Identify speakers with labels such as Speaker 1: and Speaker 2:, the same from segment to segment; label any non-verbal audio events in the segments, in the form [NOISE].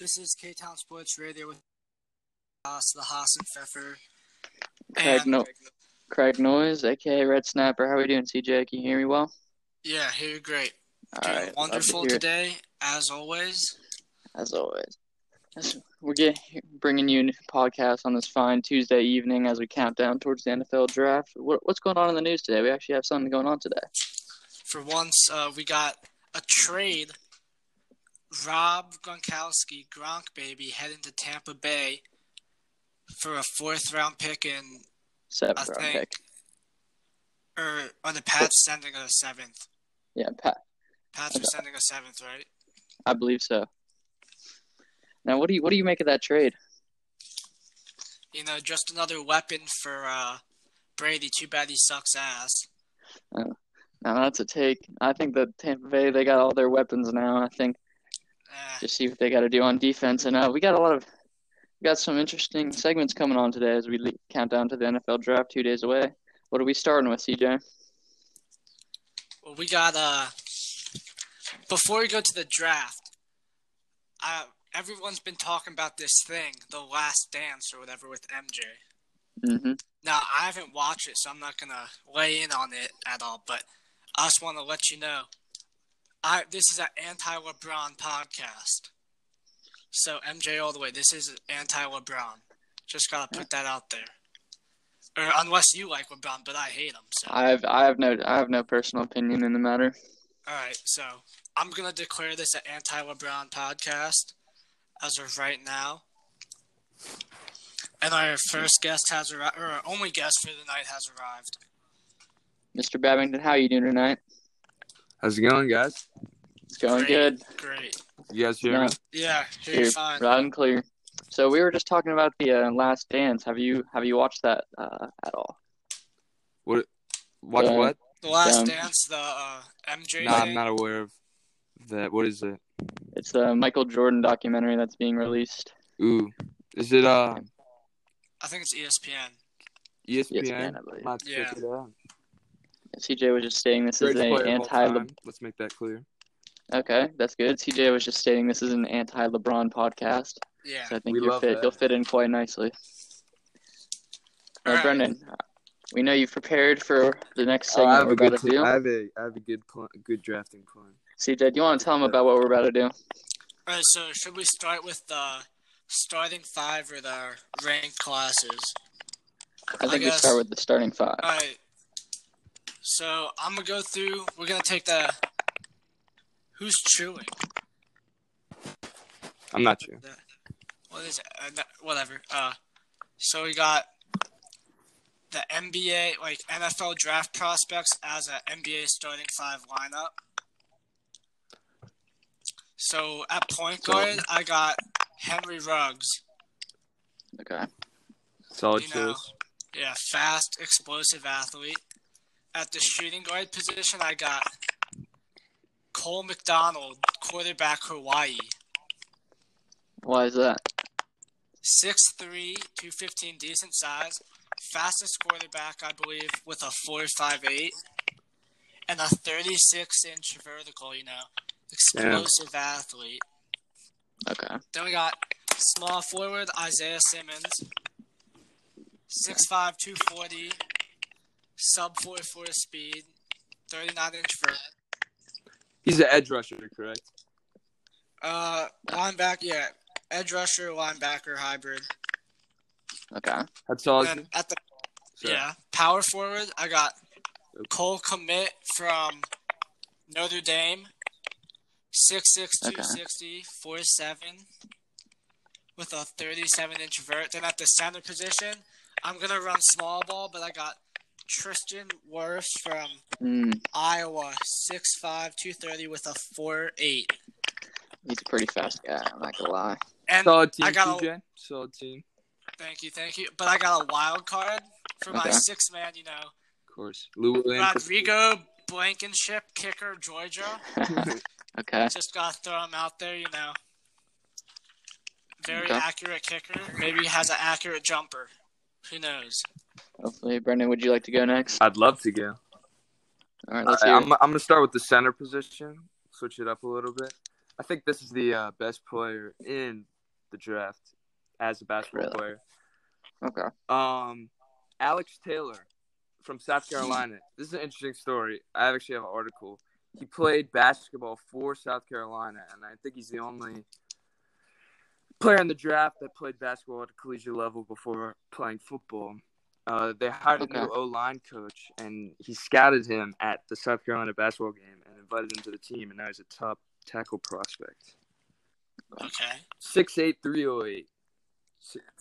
Speaker 1: This is K Town Sports Radio with Haas, the Haas and Pfeffer.
Speaker 2: Craig
Speaker 1: and-
Speaker 2: No- Craig Noise, aka Red Snapper. How are we doing, CJ? Can you hear me well?
Speaker 1: Yeah, here you're great.
Speaker 2: All
Speaker 1: Doing
Speaker 2: right, love to
Speaker 1: wonderful
Speaker 2: hear it,
Speaker 1: today, as always.
Speaker 2: as always. Yes, We're get, bringing you a podcast on this fine Tuesday evening as we count down towards the NFL draft. What, what's going on in the news today? We actually have something going on today.
Speaker 1: For once, uh, we got a trade. Rob Gronkowski, Gronk baby, heading to Tampa Bay for a fourth round pick and
Speaker 2: Seventh
Speaker 1: I
Speaker 2: round
Speaker 1: think-
Speaker 2: pick.
Speaker 1: or on the Pats sending a seventh.
Speaker 2: Yeah, Pat,
Speaker 1: Pats are sending a seventh, right?
Speaker 2: I believe so. Now, what do you what do you make of that trade?
Speaker 1: You know, just another weapon for uh, Brady. Too bad he sucks ass.
Speaker 2: Now that's a take. I think that Tampa Bay they got all their weapons now. I think
Speaker 1: Eh.
Speaker 2: just see what they got to do on defense. And uh, we got a lot of we got some interesting segments coming on today as we le- count down to the NFL draft two days away. What are we starting with, CJ?
Speaker 1: Well, we got uh before we go to the draft. Uh, everyone's been talking about this thing, The Last Dance or whatever with MJ.
Speaker 2: Mm-hmm.
Speaker 1: Now, I haven't watched it, so I'm not going to weigh in on it at all, but I just want to let you know I this is an anti-LeBron podcast. So MJ all the way. This is anti-LeBron. Just got to put that out there. Or unless you like LeBron, but I hate him. So
Speaker 2: I have I have no I have no personal opinion in the matter.
Speaker 1: All right, so I'm gonna declare this an anti-LeBron podcast as of right now. And our first guest has arrived, or our only guest for the night has arrived.
Speaker 2: Mr. Babington, how you doing tonight?
Speaker 3: How's it going, guys?
Speaker 2: It's going
Speaker 1: Great.
Speaker 2: good.
Speaker 1: Great.
Speaker 3: You guys hear
Speaker 2: No,
Speaker 3: me?
Speaker 1: Yeah, here
Speaker 2: you're
Speaker 1: you fine.
Speaker 2: loud and clear. So we were just talking about the uh, Last Dance. Have you have you watched that uh, at all?
Speaker 3: What?
Speaker 2: Yeah.
Speaker 3: what?
Speaker 1: The last
Speaker 2: Um,
Speaker 1: dance, the uh, MJ
Speaker 3: No, I'm
Speaker 1: thing.
Speaker 3: not aware of that. What is it?
Speaker 2: It's the Michael Jordan documentary that's being released.
Speaker 3: Ooh, is it uh E
Speaker 1: I think it's E ESPN.
Speaker 3: ESPN?
Speaker 2: ESPN, I believe.
Speaker 3: Might check
Speaker 1: Yeah.
Speaker 3: it out.
Speaker 2: CJ was just saying this is a
Speaker 3: Greatest player of all
Speaker 2: anti
Speaker 3: time. Let's make that clear.
Speaker 2: Okay, that's good. CJ was just stating this is an anti LeBron podcast,
Speaker 1: Yeah.
Speaker 2: so I think
Speaker 3: We
Speaker 2: you'll
Speaker 3: love
Speaker 2: fit.
Speaker 3: that.
Speaker 2: You'll fit in quite nicely.
Speaker 1: All
Speaker 2: Now,
Speaker 1: right.
Speaker 2: Brendan, we know you've prepared for the next segment we're about to do.
Speaker 3: Oh, I have a I have a good pl- good drafting plan.
Speaker 2: CJ, do you want to tell them about what we're about to do?
Speaker 1: All right. So should we start with the starting five or the ranked classes?
Speaker 2: I think we
Speaker 1: guess-
Speaker 2: start with the starting five.
Speaker 1: All right. So I'm gonna go through. We're gonna take the. Who's chewing?
Speaker 3: I'm not sure.
Speaker 1: What is it? Uh, that- whatever. Uh, so we got the NBA, like NFL draft prospects as an NBA starting five lineup. So at point
Speaker 2: So-
Speaker 1: guard, I got Henry Ruggs.
Speaker 2: Okay.
Speaker 3: Solid
Speaker 1: You
Speaker 3: choice.
Speaker 1: know. Yeah, fast, explosive athlete. At the shooting guard position, I got Cole McDonald, quarterback Hawaii.
Speaker 2: Why is that?
Speaker 1: 6'3, 215, decent size. Fastest quarterback, I believe, with a 4.58 and a 36 inch vertical, you know. Explosive athlete.
Speaker 2: Okay.
Speaker 1: Then we got small forward Isaiah Simmons, 6'5", 240, sub 4'4 speed, 39 inch vert.
Speaker 3: He's an edge rusher, correct?
Speaker 1: Uh, linebacker, yeah, edge rusher, linebacker, hybrid.
Speaker 2: Okay.
Speaker 3: That's solid.
Speaker 1: Then at the
Speaker 3: Sorry.
Speaker 1: yeah power forward, I got
Speaker 3: Oops.
Speaker 1: Cole Commit from Notre Dame, 6'6", 260, 4'7", with a 37-inch vert. Then at the center position, I'm going to run small ball, but I got Tristan Wirfs from
Speaker 2: Mm,
Speaker 1: Iowa, 6'5", 230, with a 4'8".
Speaker 2: he's a pretty fast guy. I'm not gonna lie.
Speaker 1: And
Speaker 3: Solid team,
Speaker 1: I got a,
Speaker 3: TJ. Solid team.
Speaker 1: thank you, thank you. But I got a wild card for my
Speaker 2: Okay.
Speaker 1: sixth man, you know,
Speaker 3: Of course. Lou Williams.
Speaker 1: Rodrigo Blankenship, kicker, Georgia.
Speaker 2: [LAUGHS] okay.
Speaker 1: Just gotta throw him out there, you know. Very
Speaker 2: Okay.
Speaker 1: accurate kicker. Maybe he has an accurate jumper. Who knows?
Speaker 2: Hopefully, Brendan, would you like to go next?
Speaker 3: [LAUGHS] I'd love to go.
Speaker 2: All right.
Speaker 3: All
Speaker 2: Let's
Speaker 3: right,
Speaker 2: hear.
Speaker 3: I'm, I'm going to start with the center position, switch it up a little bit. I think this is the uh, best player in the draft as a basketball
Speaker 2: Really?
Speaker 3: player.
Speaker 2: Okay.
Speaker 3: Um, Alex Taylor from South Carolina. This is an interesting story. I actually have an article. He played basketball for South Carolina, and I think he's the only player in the draft that played basketball at the collegiate level before playing football. Uh, they hired a new
Speaker 2: Okay.
Speaker 3: O line coach, and he scouted him at the South Carolina basketball game and invited him to the team, and now he's a top tackle prospect.
Speaker 1: Okay.
Speaker 3: Six eight three oh eight.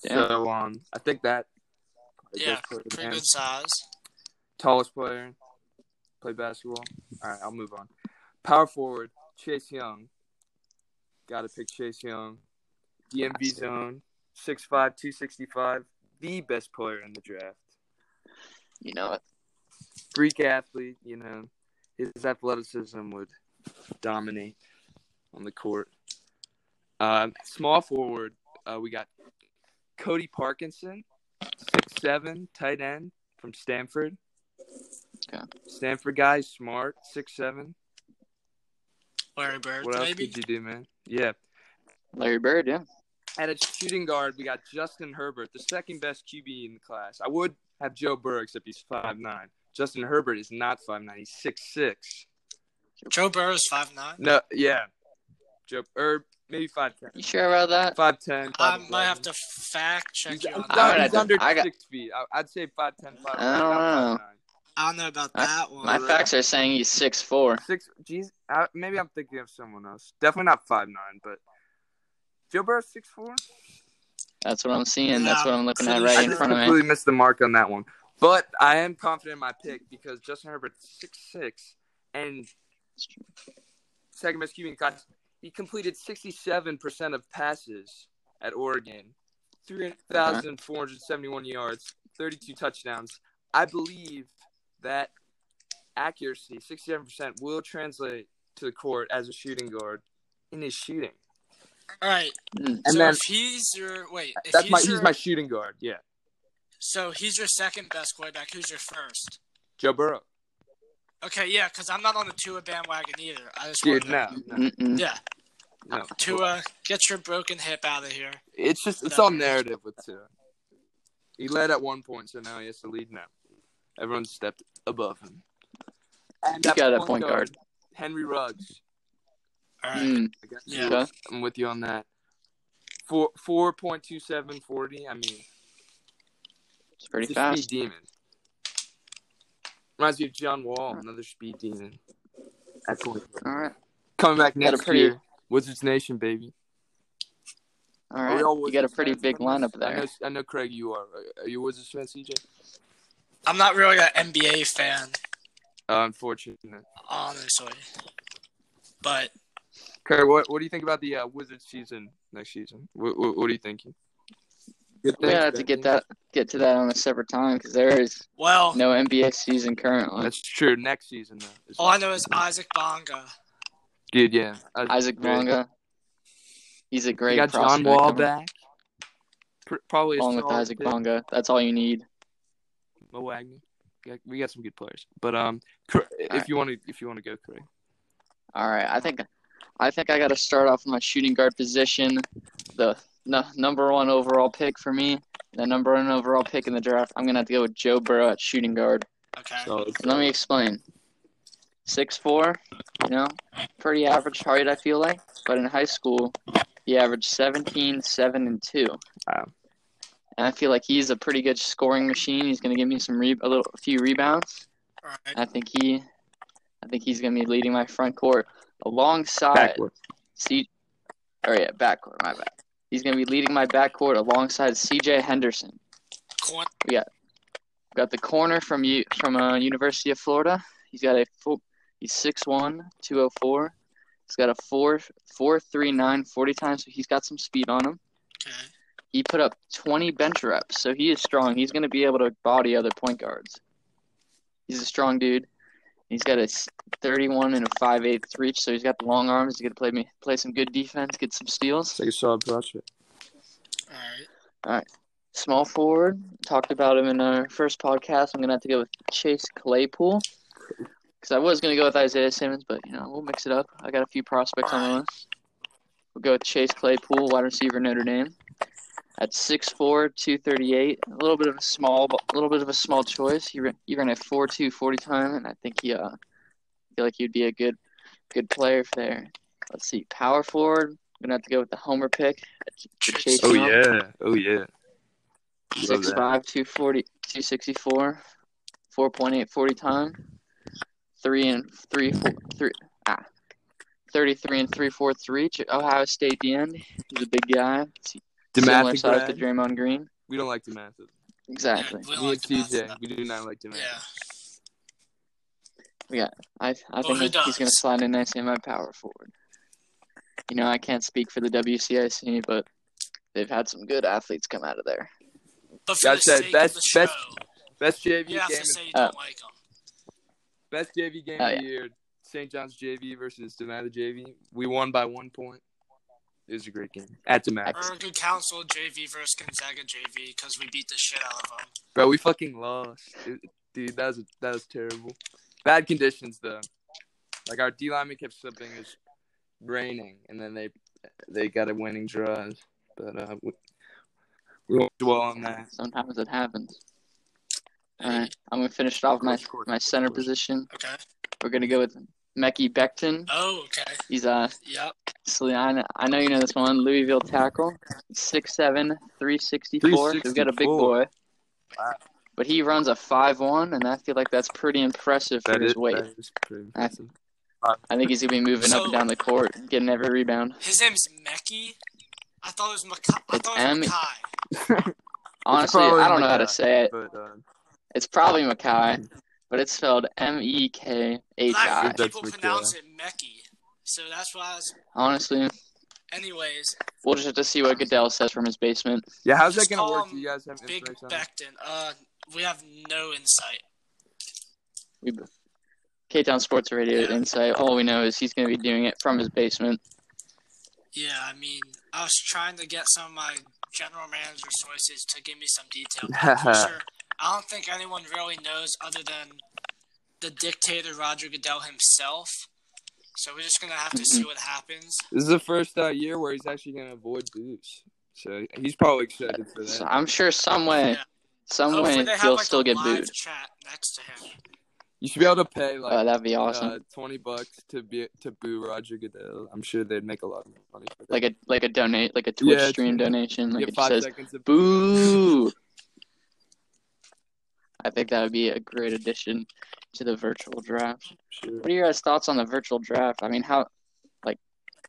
Speaker 2: Damn.
Speaker 3: So um, I think that.
Speaker 1: Yeah,
Speaker 3: does put
Speaker 1: Pretty
Speaker 3: him in.
Speaker 1: good size.
Speaker 3: Tallest player, played basketball. All right, I'll move on. Power forward, Chase Young. Got to pick Chase Young. DMV
Speaker 2: Classic.
Speaker 3: zone, 6'5", 265. The best player in the draft.
Speaker 2: You know it.
Speaker 3: Freak athlete, you know. His athleticism would dominate on the court. Um, small forward, uh, we got Cody Parkinson, six seven, tight end from Stanford.
Speaker 2: Okay.
Speaker 3: Stanford guy, smart, six seven.
Speaker 1: Larry Bird,
Speaker 3: What else
Speaker 1: maybe.
Speaker 3: could you do, man? Yeah.
Speaker 2: Larry Bird, yeah.
Speaker 3: At a shooting guard, we got Justin Herbert, the second best QB in the class. I would have Joe Burrow, except he's five nine. Justin Herbert is not five nine; he's six six.
Speaker 1: Joe Burrow's five nine.
Speaker 3: No, yeah, Joe, or maybe five ten.
Speaker 2: You sure about that?
Speaker 3: Five ten.
Speaker 1: I might have to fact check
Speaker 3: He's,
Speaker 1: you
Speaker 3: I'm
Speaker 1: on
Speaker 3: sorry,
Speaker 2: I
Speaker 1: that.
Speaker 3: he's
Speaker 2: got-
Speaker 3: under
Speaker 2: I got-
Speaker 3: six feet. I, I'd say five ten, five.
Speaker 2: I don't know.
Speaker 1: I don't know about
Speaker 2: I-
Speaker 1: that one.
Speaker 2: My facts are saying he's six four.
Speaker 3: Six. Geez, I, maybe I'm thinking of someone else. Definitely not five nine, but Joe Burrow six four.
Speaker 2: That's what I'm seeing. That's
Speaker 1: Yeah,
Speaker 2: what I'm looking at
Speaker 1: pretty
Speaker 3: I
Speaker 2: right in
Speaker 3: just
Speaker 2: front of me.
Speaker 3: completely missed the mark on that one, but I am confident in my pick because Justin Herbert six six and second best QB in class. He completed sixty seven percent of passes at Oregon, three thousand four hundred seventy one yards, thirty two touchdowns. I believe that accuracy, sixty seven percent, will translate to the court as a shooting guard in his shooting.
Speaker 1: All right.
Speaker 2: Mm,
Speaker 3: And
Speaker 1: so
Speaker 3: then
Speaker 1: if he's your wait, if
Speaker 3: that's
Speaker 1: he's,
Speaker 3: my
Speaker 1: your,
Speaker 3: he's my shooting guard. Yeah,
Speaker 1: so he's your second best quarterback. Who's your first?
Speaker 3: Joe Burrow.
Speaker 1: Okay, yeah, because I'm not on the Tua bandwagon either. I just
Speaker 3: Dude, no,
Speaker 1: wanted
Speaker 3: no,
Speaker 2: mm, mm.
Speaker 1: to- yeah,
Speaker 3: [LAUGHS] no.
Speaker 1: Tua, get your broken hip out of here.
Speaker 3: It's just it's all narrative with two. He led at one point, so now he has to lead now. Everyone stepped above him. And
Speaker 2: You
Speaker 3: at
Speaker 2: got a point guard.
Speaker 3: Henry Ruggs.
Speaker 1: All right.
Speaker 2: Mm,
Speaker 3: I guess
Speaker 1: Yeah.
Speaker 2: okay.
Speaker 3: I'm with you on that. Four four point two seven forty. I mean,
Speaker 2: It's pretty
Speaker 3: he's a
Speaker 2: fast.
Speaker 3: speed demon. Reminds me of John Wall, another speed demon. At point guard.
Speaker 2: All right.
Speaker 3: Coming back
Speaker 2: Got a
Speaker 3: next
Speaker 2: pretty-
Speaker 3: year, Wizards Nation, baby.
Speaker 2: All
Speaker 3: Are we
Speaker 2: right.
Speaker 3: all
Speaker 2: You got a
Speaker 3: Wizards
Speaker 2: pretty
Speaker 3: fans
Speaker 2: big
Speaker 3: on this?
Speaker 2: lineup
Speaker 3: I
Speaker 2: there.
Speaker 3: know, I know, Craig. You are. Are you a Wizards fan, CJ?
Speaker 1: I'm not really an NBA fan,
Speaker 3: Unfortunate.
Speaker 1: honestly, but
Speaker 3: Kurt, what, what do you think about the uh, Wizards season next season? What, what, what are you thinking? Good
Speaker 2: We're
Speaker 3: things,
Speaker 2: gonna have to
Speaker 3: bad
Speaker 2: get
Speaker 3: things?
Speaker 2: that get to that on a separate time because there is
Speaker 1: well,
Speaker 2: no NBA season currently.
Speaker 3: Oh. That's true. Next season, though. is-
Speaker 1: all Oh, I know is Isaac Bonga.
Speaker 3: Dude, yeah. I-
Speaker 2: Isaac
Speaker 3: great.
Speaker 2: Bonga. He's a
Speaker 3: You
Speaker 2: great
Speaker 3: got John
Speaker 2: prospect.
Speaker 3: Wall
Speaker 2: coming
Speaker 3: back. Pr- probably a
Speaker 2: along with
Speaker 3: solid
Speaker 2: Isaac
Speaker 3: pick.
Speaker 2: Bonga. That's all you need.
Speaker 3: Mo Wagner. We got- We got some good players, but um, Cr- if
Speaker 2: Alright.
Speaker 3: you want to, if you want to go, Craig.
Speaker 2: All right, I think I think I got to start off with my shooting guard position. The no, number one overall pick for me, the number one overall pick in the draft. I'm gonna have to go with Joe Burrow at shooting guard.
Speaker 1: Okay.
Speaker 3: So
Speaker 2: Let me explain. Six four, you know, pretty average height I feel like. But in high school, he averaged 17, 7, and two.
Speaker 3: Wow.
Speaker 2: And I feel like he's a pretty good scoring machine. He's gonna give me some re- a little a few rebounds.
Speaker 1: All right.
Speaker 2: I think he, I think he's gonna be leading my front court alongside
Speaker 3: backwards.
Speaker 2: C. Oh yeah, backcourt. My bad. He's gonna be leading my backcourt alongside C.J. Henderson.
Speaker 1: Corn-
Speaker 2: Got the corner from U- from uh, University of Florida. He's got a full, he's 6'1", 204. He's got a 4 439 40 times, so he's got some speed on him.
Speaker 1: okay.
Speaker 2: He put up 20 bench reps, so he is strong. He's going to be able to body other point guards. He's a strong dude. He's got a s- 31 and a 5'8 reach, so he's got the long arms. He's going to play me play some good defense, get some steals.
Speaker 3: It's like a solid prospect.
Speaker 1: All right.
Speaker 2: Small forward, talked about him in our first podcast. I'm gonna have to go with Chase Claypool because I was gonna go with Isaiah Simmons, but you know we'll mix it up. I got a few prospects on the list. We'll go with Chase Claypool, wide receiver Notre Dame, at 6'4", 238. A little bit of a small, a little bit of a small choice. He ran, he ran a 4'2", 40 time, and I think he uh, feel like he'd be a good, good player for there. Let's see, power forward. I'm gonna have to go with the Homer pick. for Chase
Speaker 3: Oh
Speaker 2: Young.
Speaker 3: yeah. Oh yeah. Love
Speaker 2: Six
Speaker 3: that.
Speaker 2: five, two forty, two sixty four, four point eight forty time, three and three four three ah, thirty three and three fourths reach. Ohio State the end. He's a big guy. Similar
Speaker 3: Demathis.
Speaker 2: size to
Speaker 3: Brad.
Speaker 2: Draymond Green.
Speaker 3: We don't like Demathis.
Speaker 2: Exactly.
Speaker 1: Yeah, we
Speaker 3: Me
Speaker 1: like
Speaker 3: and
Speaker 1: Demathis.
Speaker 3: CJ. We do not like Demathis.
Speaker 1: Yeah.
Speaker 2: I I
Speaker 1: Well,
Speaker 2: think
Speaker 1: who
Speaker 2: he's
Speaker 1: does?
Speaker 2: gonna slide in nicely in my power forward. You know I can't speak for the WCIC, but they've had some good athletes come out of there.
Speaker 1: But for
Speaker 3: Yeah, I
Speaker 1: the
Speaker 3: said
Speaker 1: sake
Speaker 3: best-
Speaker 1: of the show,
Speaker 3: best Best JV
Speaker 1: you have
Speaker 3: game.
Speaker 1: to say you
Speaker 2: Uh,
Speaker 1: don't like him.
Speaker 3: Best JV game
Speaker 2: Oh,
Speaker 3: of the year. St. John's JV versus Demathis JV. We won by one point. It was a great game at Demathis.
Speaker 1: Or good counsel JV versus Gonzaga JV because we beat the shit out of them.
Speaker 3: Bro, we fucking lost, It- dude. That was that was terrible. Bad conditions though. Like our D lineman kept slipping. It was raining, and then they they got a winning drive. But uh, we, we won't dwell on that.
Speaker 2: Sometimes it happens. All right, I'm gonna finish it off my
Speaker 3: Of course,
Speaker 2: my
Speaker 3: of
Speaker 2: center
Speaker 3: course.
Speaker 2: position.
Speaker 1: Okay.
Speaker 2: We're gonna go with Mekki Becton.
Speaker 1: Oh, okay.
Speaker 2: He's uh
Speaker 1: Yep.
Speaker 2: Sliana. I know you know this one. Louisville tackle, 6'7", 364. We've got a big
Speaker 3: 364.
Speaker 2: boy.
Speaker 3: Wow.
Speaker 2: But he runs a five one, and I feel like that's pretty impressive for
Speaker 3: That
Speaker 2: his
Speaker 3: is,
Speaker 2: weight.
Speaker 3: that is pretty
Speaker 2: I-
Speaker 3: impressive.
Speaker 2: I think he's gonna be moving up and down the court, getting every rebound.
Speaker 1: His name's Mecky. I thought it was Makai. I
Speaker 2: It's
Speaker 1: thought it
Speaker 2: M-
Speaker 1: was Makai.
Speaker 2: Honestly,
Speaker 3: probably
Speaker 2: I don't know how to
Speaker 3: Makai.
Speaker 2: say it.
Speaker 3: But uh,
Speaker 2: It's probably Makai, but it's spelled M E K H I.
Speaker 1: Black people
Speaker 3: That's Makai.
Speaker 1: pronounce it Mecky. So that's why I was.
Speaker 2: Honestly,
Speaker 1: Anyways,
Speaker 2: we'll just have to see what Goodell says from his basement.
Speaker 3: yeah, how's
Speaker 1: Just
Speaker 3: that gonna
Speaker 1: call
Speaker 3: work?
Speaker 1: him
Speaker 3: Do you guys have
Speaker 1: Big
Speaker 3: information on that?
Speaker 1: Becton. Uh, we have no insight.
Speaker 2: We K Town Sports Radio
Speaker 1: Yeah.
Speaker 2: Insight. All we know is he's going to be doing it from his basement.
Speaker 1: Yeah, I mean, I was trying to get some of my general manager sources to give me some
Speaker 3: [LAUGHS]
Speaker 1: detail. Sure, I don't think anyone really knows other than the dictator Roger Goodell himself. So we're just gonna have to see what happens.
Speaker 3: This is the first uh, year where he's actually gonna avoid booze, so he's probably excited for
Speaker 2: So
Speaker 3: that.
Speaker 2: I'm sure some way,
Speaker 1: Yeah.
Speaker 2: some
Speaker 1: Hopefully
Speaker 2: way
Speaker 1: they have,
Speaker 2: he'll
Speaker 1: like, a
Speaker 2: still get
Speaker 1: live
Speaker 2: booed.
Speaker 1: Chat next to him.
Speaker 3: You should be able to pay like
Speaker 2: Oh, that'd be awesome.
Speaker 3: uh, twenty bucks to be to boo Roger Goodell. I'm sure they'd make a lot of money. For that.
Speaker 2: like a like a donate, like a Twitch
Speaker 3: it's-
Speaker 2: stream donation. Like
Speaker 3: Get
Speaker 2: it just
Speaker 3: five
Speaker 2: says
Speaker 3: seconds of
Speaker 2: boo. I think that would be a great addition to the virtual draft.
Speaker 3: Sure.
Speaker 2: What are your guys' thoughts on the virtual draft? I mean, how, like,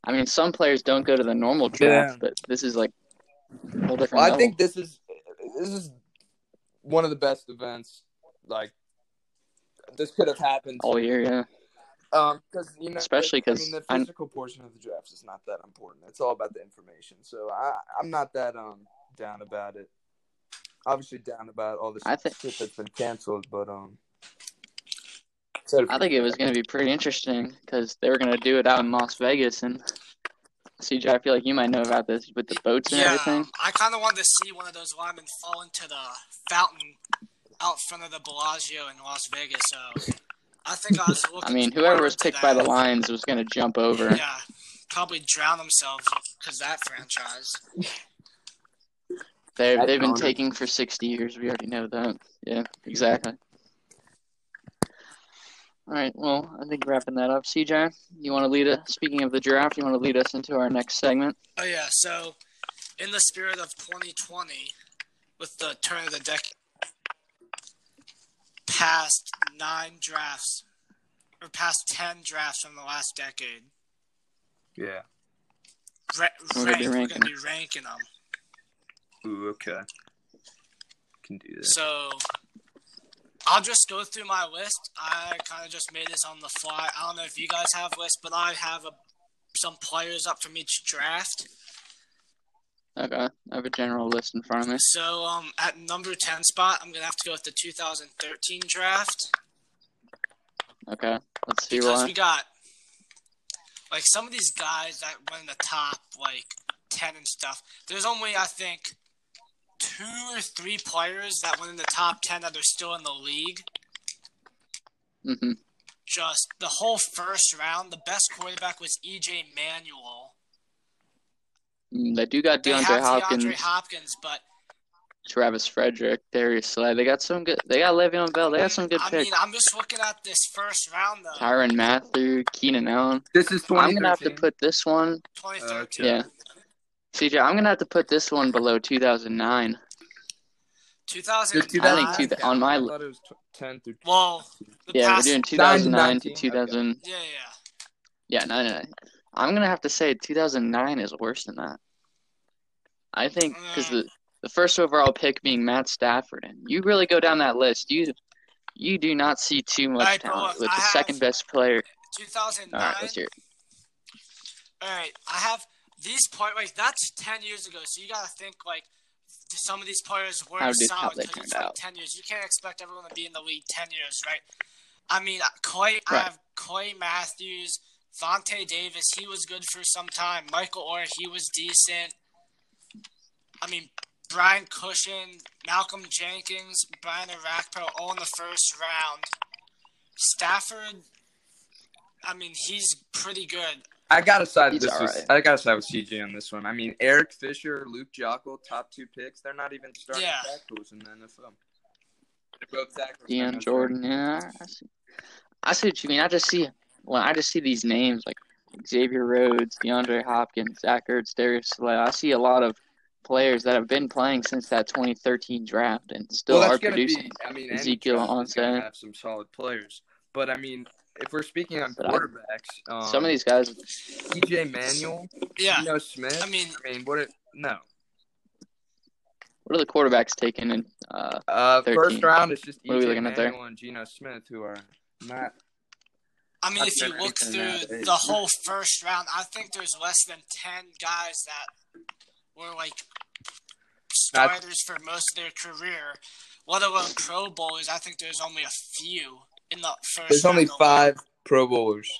Speaker 2: I mean, some players don't go to the normal draft,
Speaker 3: Yeah.
Speaker 2: but this is like a whole different.
Speaker 3: Well, I
Speaker 2: level.
Speaker 3: think this is this is one of the best events. Like this could have happened.
Speaker 2: all year, yeah.
Speaker 3: Um, because you know,
Speaker 2: Especially
Speaker 3: I
Speaker 2: 'cause
Speaker 3: mean, the
Speaker 2: I'm-
Speaker 3: physical portion of the drafts is not that important. It's all about the information. So I, I'm not that um down about it. Obviously, down about all this
Speaker 2: I thi-
Speaker 3: shit that's been canceled, but um, excited
Speaker 2: I think it was going to be pretty interesting because they were going to do it out in Las Vegas. And CJ, I feel like you might know about this with the boats and
Speaker 1: Yeah,
Speaker 2: everything.
Speaker 1: I kind of wanted to see one of those linemen fall into the fountain out front of the Bellagio in Las Vegas. So I think
Speaker 2: [LAUGHS]
Speaker 1: I was looking.
Speaker 2: I mean, whoever was
Speaker 1: forward to
Speaker 2: picked by the
Speaker 1: that.
Speaker 2: Lions was going to jump over.
Speaker 1: Yeah, probably drown themselves because that franchise.
Speaker 2: They
Speaker 3: That's
Speaker 2: they've been
Speaker 3: honor.
Speaker 2: taking for sixty years. We already know that. Yeah, exactly. All right. Well, I think wrapping that up. CJ, you want to lead us? Speaking of the draft, you want to lead us into our next segment?
Speaker 1: Oh yeah, so in the spirit of 2020, with the turn of the decade, past nine drafts or past ten drafts from the last decade,
Speaker 3: Yeah.
Speaker 1: ra-
Speaker 2: We're gonna
Speaker 1: rank,
Speaker 2: be
Speaker 1: we're
Speaker 2: ranking
Speaker 1: gonna be ranking them.
Speaker 3: Ooh, okay. Can do that.
Speaker 1: So I'll just go through my list. I kind of just made this on the fly. I don't know if you guys have lists, but I have a, some players up from each draft.
Speaker 2: Okay. I have a general list in front of me.
Speaker 1: So um, at number 10 spot, I'm going to have to go with the 2013 draft.
Speaker 2: Okay. Let's see
Speaker 1: Because
Speaker 2: why.
Speaker 1: we got like some of these guys that went in the top like ten and stuff. There's only I think two or three players that went in the top ten that are still in the league.
Speaker 2: hmm
Speaker 1: Just the whole first round, the best quarterback was EJ E Manuel,
Speaker 2: Mm, They do got
Speaker 1: They
Speaker 2: DeAndre
Speaker 1: have
Speaker 2: Hopkins,
Speaker 1: DeAndre Hopkins, but
Speaker 2: Travis Frederick, Darius Slay. They got some good. They got Le'Veon Bell. They got some good
Speaker 1: I
Speaker 2: picks.
Speaker 1: mean, uh, I'm just looking at this first round though,
Speaker 2: Tyron Matthew, Keenan Allen.
Speaker 3: This is 2013.
Speaker 2: I'm gonna have to put this one.
Speaker 1: 2013.
Speaker 2: Uh, Yeah, CJ, I'm gonna have to put this one below 2009.
Speaker 3: Just
Speaker 1: 2009.
Speaker 2: I think two, on my
Speaker 3: I
Speaker 2: li-
Speaker 3: thought it was tw 10 through.
Speaker 1: Well, the
Speaker 2: yeah,
Speaker 1: past-
Speaker 2: we're doing 2009
Speaker 3: 2009 to
Speaker 2: to 2000.
Speaker 1: Yeah, yeah.
Speaker 2: Yeah, no, no, no. I'm gonna have to say 2009 is worse than that. I think
Speaker 1: Mm.
Speaker 2: because the the first overall pick being Matt Stafford, and you really go down that list, you you do not see too much
Speaker 1: Alright, but
Speaker 2: talent
Speaker 1: look,
Speaker 2: with
Speaker 1: I
Speaker 2: the
Speaker 1: have-
Speaker 2: second best player.
Speaker 1: 2009.
Speaker 2: All right, let's hear it.
Speaker 1: All right, I have these players. Like that's ten years ago, so you gotta think like some of these players were
Speaker 2: How did- how
Speaker 1: solid
Speaker 2: they
Speaker 1: because
Speaker 2: turned
Speaker 1: it's like
Speaker 2: out.
Speaker 1: ten years. You can't expect everyone to be in the league ten years, right? I mean, uh, Clay. I
Speaker 2: Right.
Speaker 1: have Clay Matthews, Vontae Davis. He was good for some time. Michael Orr. He was decent. I mean, Brian Cushion, Malcolm Jenkins, Brian Arakpo, all in the first round. Stafford. I mean, he's pretty good.
Speaker 3: I gotta side
Speaker 2: He's
Speaker 3: this.
Speaker 2: all
Speaker 3: With,
Speaker 2: right.
Speaker 3: I gotta side with CJ on this one. I mean, Eric Fisher, Luke Jockle, top two picks. They're not even starting
Speaker 1: Yeah.
Speaker 3: tackles in the NFL. They're both tackles.
Speaker 2: Deion Jordan, yeah, I see. I see what you mean. I just see when I just see these names like Xavier Rhodes, DeAndre Hopkins, Zach Ertz, Darius Slay. I see a lot of players that have been playing since that 2013 draft and still
Speaker 3: well, that's
Speaker 2: are
Speaker 3: gonna
Speaker 2: producing.
Speaker 3: Be, I mean, any
Speaker 2: Ezekiel
Speaker 3: draft is gonna
Speaker 2: Ansah.
Speaker 3: have some solid players, but I mean, if we're speaking on
Speaker 2: But I-
Speaker 3: quarterbacks, um,
Speaker 2: Some of these guys
Speaker 3: CJ Manuel,
Speaker 1: Yeah.
Speaker 3: Geno Smith.
Speaker 1: I mean-
Speaker 3: I mean, what? It, no,
Speaker 2: What are the quarterbacks taking? And uh,
Speaker 3: uh, first
Speaker 2: 13.
Speaker 3: round is just
Speaker 2: What are we
Speaker 3: EJ
Speaker 2: looking at there?
Speaker 3: Manuel and Geno Smith, who are not.
Speaker 1: I mean,
Speaker 3: I've
Speaker 1: if you
Speaker 3: never
Speaker 1: look
Speaker 3: seen
Speaker 1: through
Speaker 3: that. It's-
Speaker 1: the whole first round, I think there's less than 10 guys that were like starters for most of their career, let alone Pro Bowlers. I think there's only a few in the first
Speaker 3: There's only
Speaker 1: round alone.
Speaker 3: five Pro Bowlers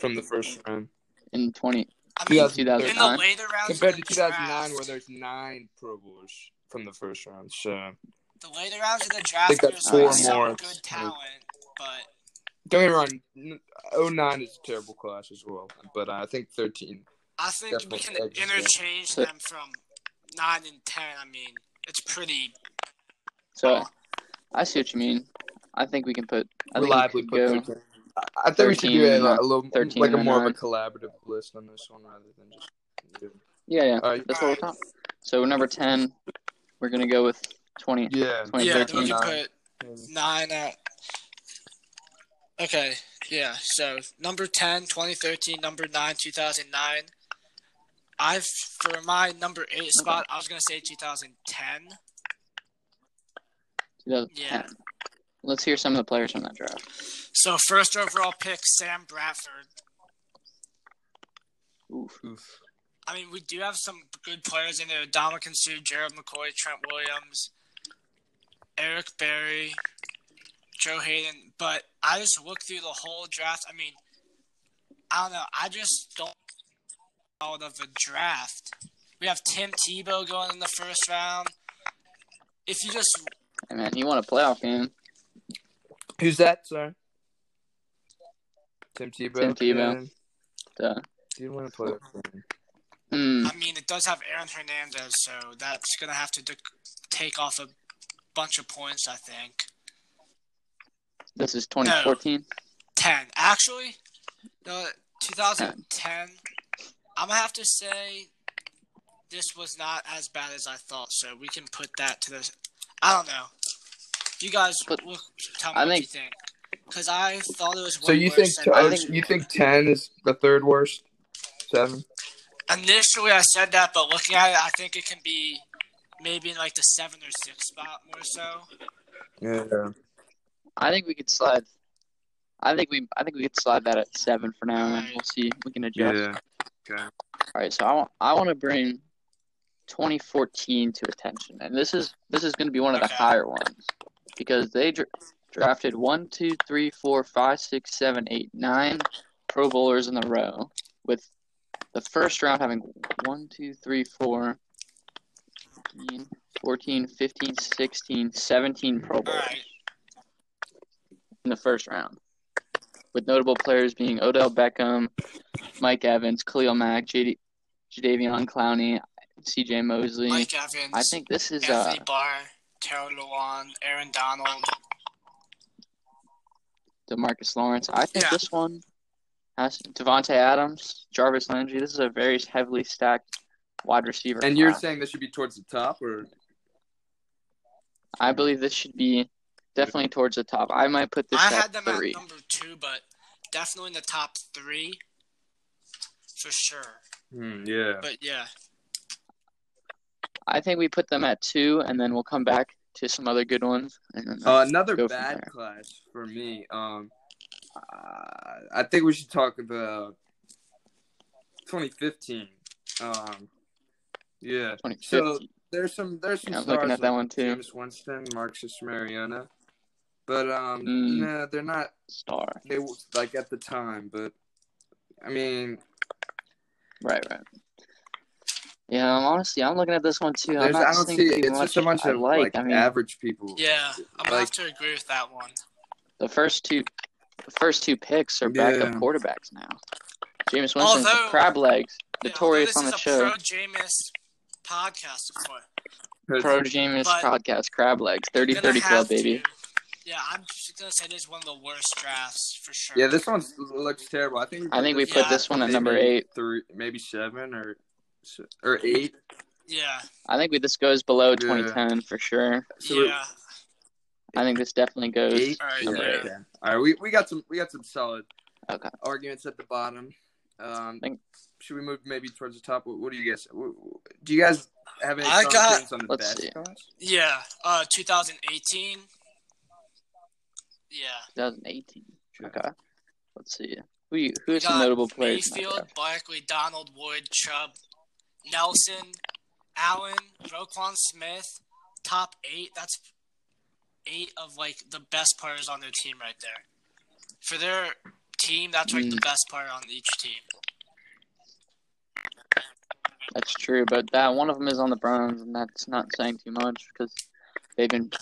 Speaker 3: from the first round.
Speaker 2: in 20,
Speaker 1: I mean,
Speaker 3: 2009.
Speaker 1: in the later rounds, of
Speaker 3: compared to
Speaker 1: the
Speaker 3: 2009
Speaker 1: draft,
Speaker 3: where there's nine pro bowlers from the first round so
Speaker 1: the later rounds of the draft,
Speaker 3: think
Speaker 1: there's
Speaker 3: that's
Speaker 2: four
Speaker 1: like some
Speaker 3: more.
Speaker 1: good talent, but
Speaker 3: don't get me wrong n- 09 is a terrible class as well but i think 13
Speaker 1: I think we
Speaker 3: Definitely
Speaker 1: can
Speaker 3: edges, yeah.
Speaker 1: interchange them from 9 and 10. I mean, it's pretty.
Speaker 2: so I see what you mean. I think we can put. I think
Speaker 3: reliably
Speaker 2: we
Speaker 3: put
Speaker 2: could go
Speaker 3: 13. I- i think we should
Speaker 2: 13
Speaker 3: do
Speaker 2: and
Speaker 3: a,
Speaker 2: nine.
Speaker 3: a little
Speaker 2: 13
Speaker 3: like a
Speaker 2: and
Speaker 3: more of a
Speaker 2: nine.
Speaker 3: collaborative list on this one rather than just
Speaker 2: Yeah, yeah.
Speaker 3: all right
Speaker 2: That's what we're talking. So number ten, we're gonna go with twenty.
Speaker 1: Yeah,
Speaker 3: yeah
Speaker 1: we
Speaker 2: 2013.
Speaker 1: can
Speaker 3: Nine.
Speaker 1: put nine at okay yeah so number 10 2013 number 9 2009 i for my number 8 spot i was going to say 2010 Yeah.
Speaker 2: 2010. Let's hear some of the players from that draft.
Speaker 1: so first overall pick sam bradford
Speaker 2: Oof.
Speaker 3: Oof.
Speaker 1: i mean we do have some good players in there dominican sue jared mccoy trent williams eric berry joe hayden but i just looked through the whole draft i mean i don't know i just don't out of a draft. We have Tim Tebow going in the first round. If you just
Speaker 2: Hey, man, you want a playoff game?
Speaker 3: who's that sorry tim tebow
Speaker 2: Tim Tebow.
Speaker 3: Yeah,
Speaker 2: Duh.
Speaker 3: did want to play with him.
Speaker 2: Hmm.
Speaker 1: I mean, it does have Aaron Hernandez, so that's going to have to dec- take off a bunch of points, I think.
Speaker 2: This is 2014.
Speaker 1: 10. Actually, no, 2010. I'm going to have to say this was not as bad as I thought, so we can put that to the. I don't know. You guys
Speaker 2: But
Speaker 1: look, tell me
Speaker 2: I
Speaker 1: what
Speaker 2: think-
Speaker 1: you think. Because I thought it was
Speaker 3: so
Speaker 1: way
Speaker 3: you
Speaker 1: worse
Speaker 3: think,
Speaker 1: than I
Speaker 2: I think-
Speaker 3: you think 10 is the third worst seven
Speaker 1: Initially, I said that, but looking at it, I think it can be maybe in like the seven or six spot more so.
Speaker 3: yeah
Speaker 2: I think we could slide. I think we. I think we could slide that at seven for now, and we'll see. We can adjust.
Speaker 3: Okay.
Speaker 2: All right, so I want to bring 2014 to attention, and this is this is going to be one of
Speaker 1: Okay.
Speaker 2: the higher ones because they dr- drafted one, two, three, four, five, six, seven, eight, nine Pro Bowlers in a row, with the first round having one, two, three, four, 13, 14, 15, 16, 17 Pro
Speaker 1: All
Speaker 2: Bowlers
Speaker 1: right.
Speaker 2: in the first round, with notable players being Odell Beckham, Mike Evans, Khalil Mack, JD, Jadavion Clowney, C.J. Mosley.
Speaker 1: Mike Evans,
Speaker 2: I think this is uh,
Speaker 1: Anthony Barr, Terry Lawan, Aaron Donald.
Speaker 2: Demarcus Lawrence. I think
Speaker 1: Yeah.
Speaker 2: this one has Devonte Adams, Jarvis Landry. This is a very heavily stacked wide receiver.
Speaker 3: And you're
Speaker 2: class.
Speaker 3: saying this should be towards the top, or
Speaker 2: I believe this should be definitely towards the top. I might put this
Speaker 1: I
Speaker 2: at
Speaker 1: had them
Speaker 2: three.
Speaker 1: at number two, but definitely in the top three for sure.
Speaker 3: Hmm, yeah,
Speaker 1: But yeah,
Speaker 2: I think we put them at two, and then we'll come back to some other good ones. And then
Speaker 3: uh, another
Speaker 2: Go from
Speaker 3: bad
Speaker 2: there.
Speaker 3: class for me. Um, uh, I think we should talk about 2015. Um, yeah,
Speaker 2: 2015.
Speaker 3: there's some there's some
Speaker 2: Yeah, I'm
Speaker 3: stars
Speaker 2: looking at that
Speaker 3: like
Speaker 2: one too.
Speaker 3: James Winston, Marcus Mariota, but um,
Speaker 2: Mm.
Speaker 3: nah, they're not
Speaker 2: Star.
Speaker 3: they w- like at the time, but I mean,
Speaker 2: Right, right. Yeah, I'm honestly, I'm looking at this one too. I'm
Speaker 3: there's,
Speaker 2: not
Speaker 3: I don't
Speaker 2: seeing
Speaker 3: see
Speaker 2: too
Speaker 3: it's just a bunch
Speaker 2: I
Speaker 3: of
Speaker 2: like.
Speaker 3: like,
Speaker 2: I mean,
Speaker 3: average people.
Speaker 1: yeah, I'm gonna have
Speaker 3: Like-
Speaker 1: to agree with that one.
Speaker 2: the first two, the first two picks are backup
Speaker 3: Yeah.
Speaker 2: quarterbacks now. James Winston's
Speaker 1: Although-
Speaker 2: crab legs,
Speaker 1: Yeah,
Speaker 2: notorious
Speaker 1: although
Speaker 2: on the
Speaker 1: this is a
Speaker 2: show.
Speaker 1: pro Jameis podcast before.
Speaker 2: Pro Jameis
Speaker 1: but-
Speaker 2: podcast, crab legs, 30-30 club, baby.
Speaker 1: Yeah, I'm just gonna say this is one of the worst drafts for sure.
Speaker 3: Yeah, this one looks terrible. I think.
Speaker 2: I think we
Speaker 1: put Yeah.
Speaker 2: this one at
Speaker 3: maybe
Speaker 2: number eight.
Speaker 3: three, maybe seven or s- or eight.
Speaker 1: Yeah,
Speaker 2: I think we, this goes below
Speaker 3: Yeah.
Speaker 2: 2010 for sure.
Speaker 3: So we're-
Speaker 1: yeah.
Speaker 2: I think this definitely goes.
Speaker 3: Eight?
Speaker 1: Alright,
Speaker 2: number
Speaker 1: yeah.
Speaker 2: eight.
Speaker 3: Okay. All right, we, we got some we got some solid
Speaker 2: Okay.
Speaker 3: arguments at the bottom. Um,
Speaker 2: Think-
Speaker 3: should we move maybe towards the top? What, what do you guys? What, what- do you guys have any?
Speaker 1: I
Speaker 3: strong
Speaker 1: got-
Speaker 3: opinions on the
Speaker 2: Let's
Speaker 3: best
Speaker 2: see.
Speaker 3: class?
Speaker 1: Yeah, uh, 2018. Yeah.
Speaker 2: 2018.
Speaker 3: Sure.
Speaker 2: Okay. Let's see. Who you, who
Speaker 1: We
Speaker 2: are some
Speaker 1: got
Speaker 2: notable players? in that
Speaker 1: Mayfield,
Speaker 2: draft?
Speaker 1: Barkley, Donald, Wood, Chubb, Nelson, Allen, Roquan Smith, top eight. That's eight of like the best players on their team right there. For their team, that's like the
Speaker 2: Mm.
Speaker 1: best player on each team.
Speaker 2: That's true, but that one of them is on the Browns, and that's not saying too much because they've been,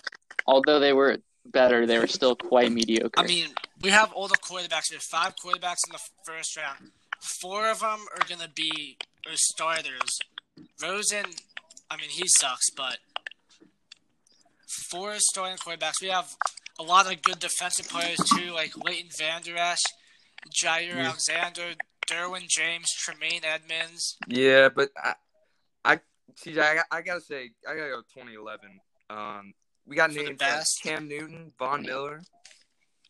Speaker 2: although they were better, they were still quite mediocre.
Speaker 1: I mean, we have all the quarterbacks. We have five quarterbacks in the first round. Four of them are going to be are starters. Rosen, I mean, he sucks, but four starting quarterbacks. We have a lot of good defensive players, too, like Leighton Vander Esch, Jair
Speaker 3: Yeah.
Speaker 1: Alexander, Derwin James, Tremaine Edmonds.
Speaker 3: Yeah, but I, I, CJ, I, got- I gotta say, I gotta go 2011. Um, we got
Speaker 1: For the
Speaker 3: names like
Speaker 1: best?
Speaker 3: Cam Newton, Von Miller,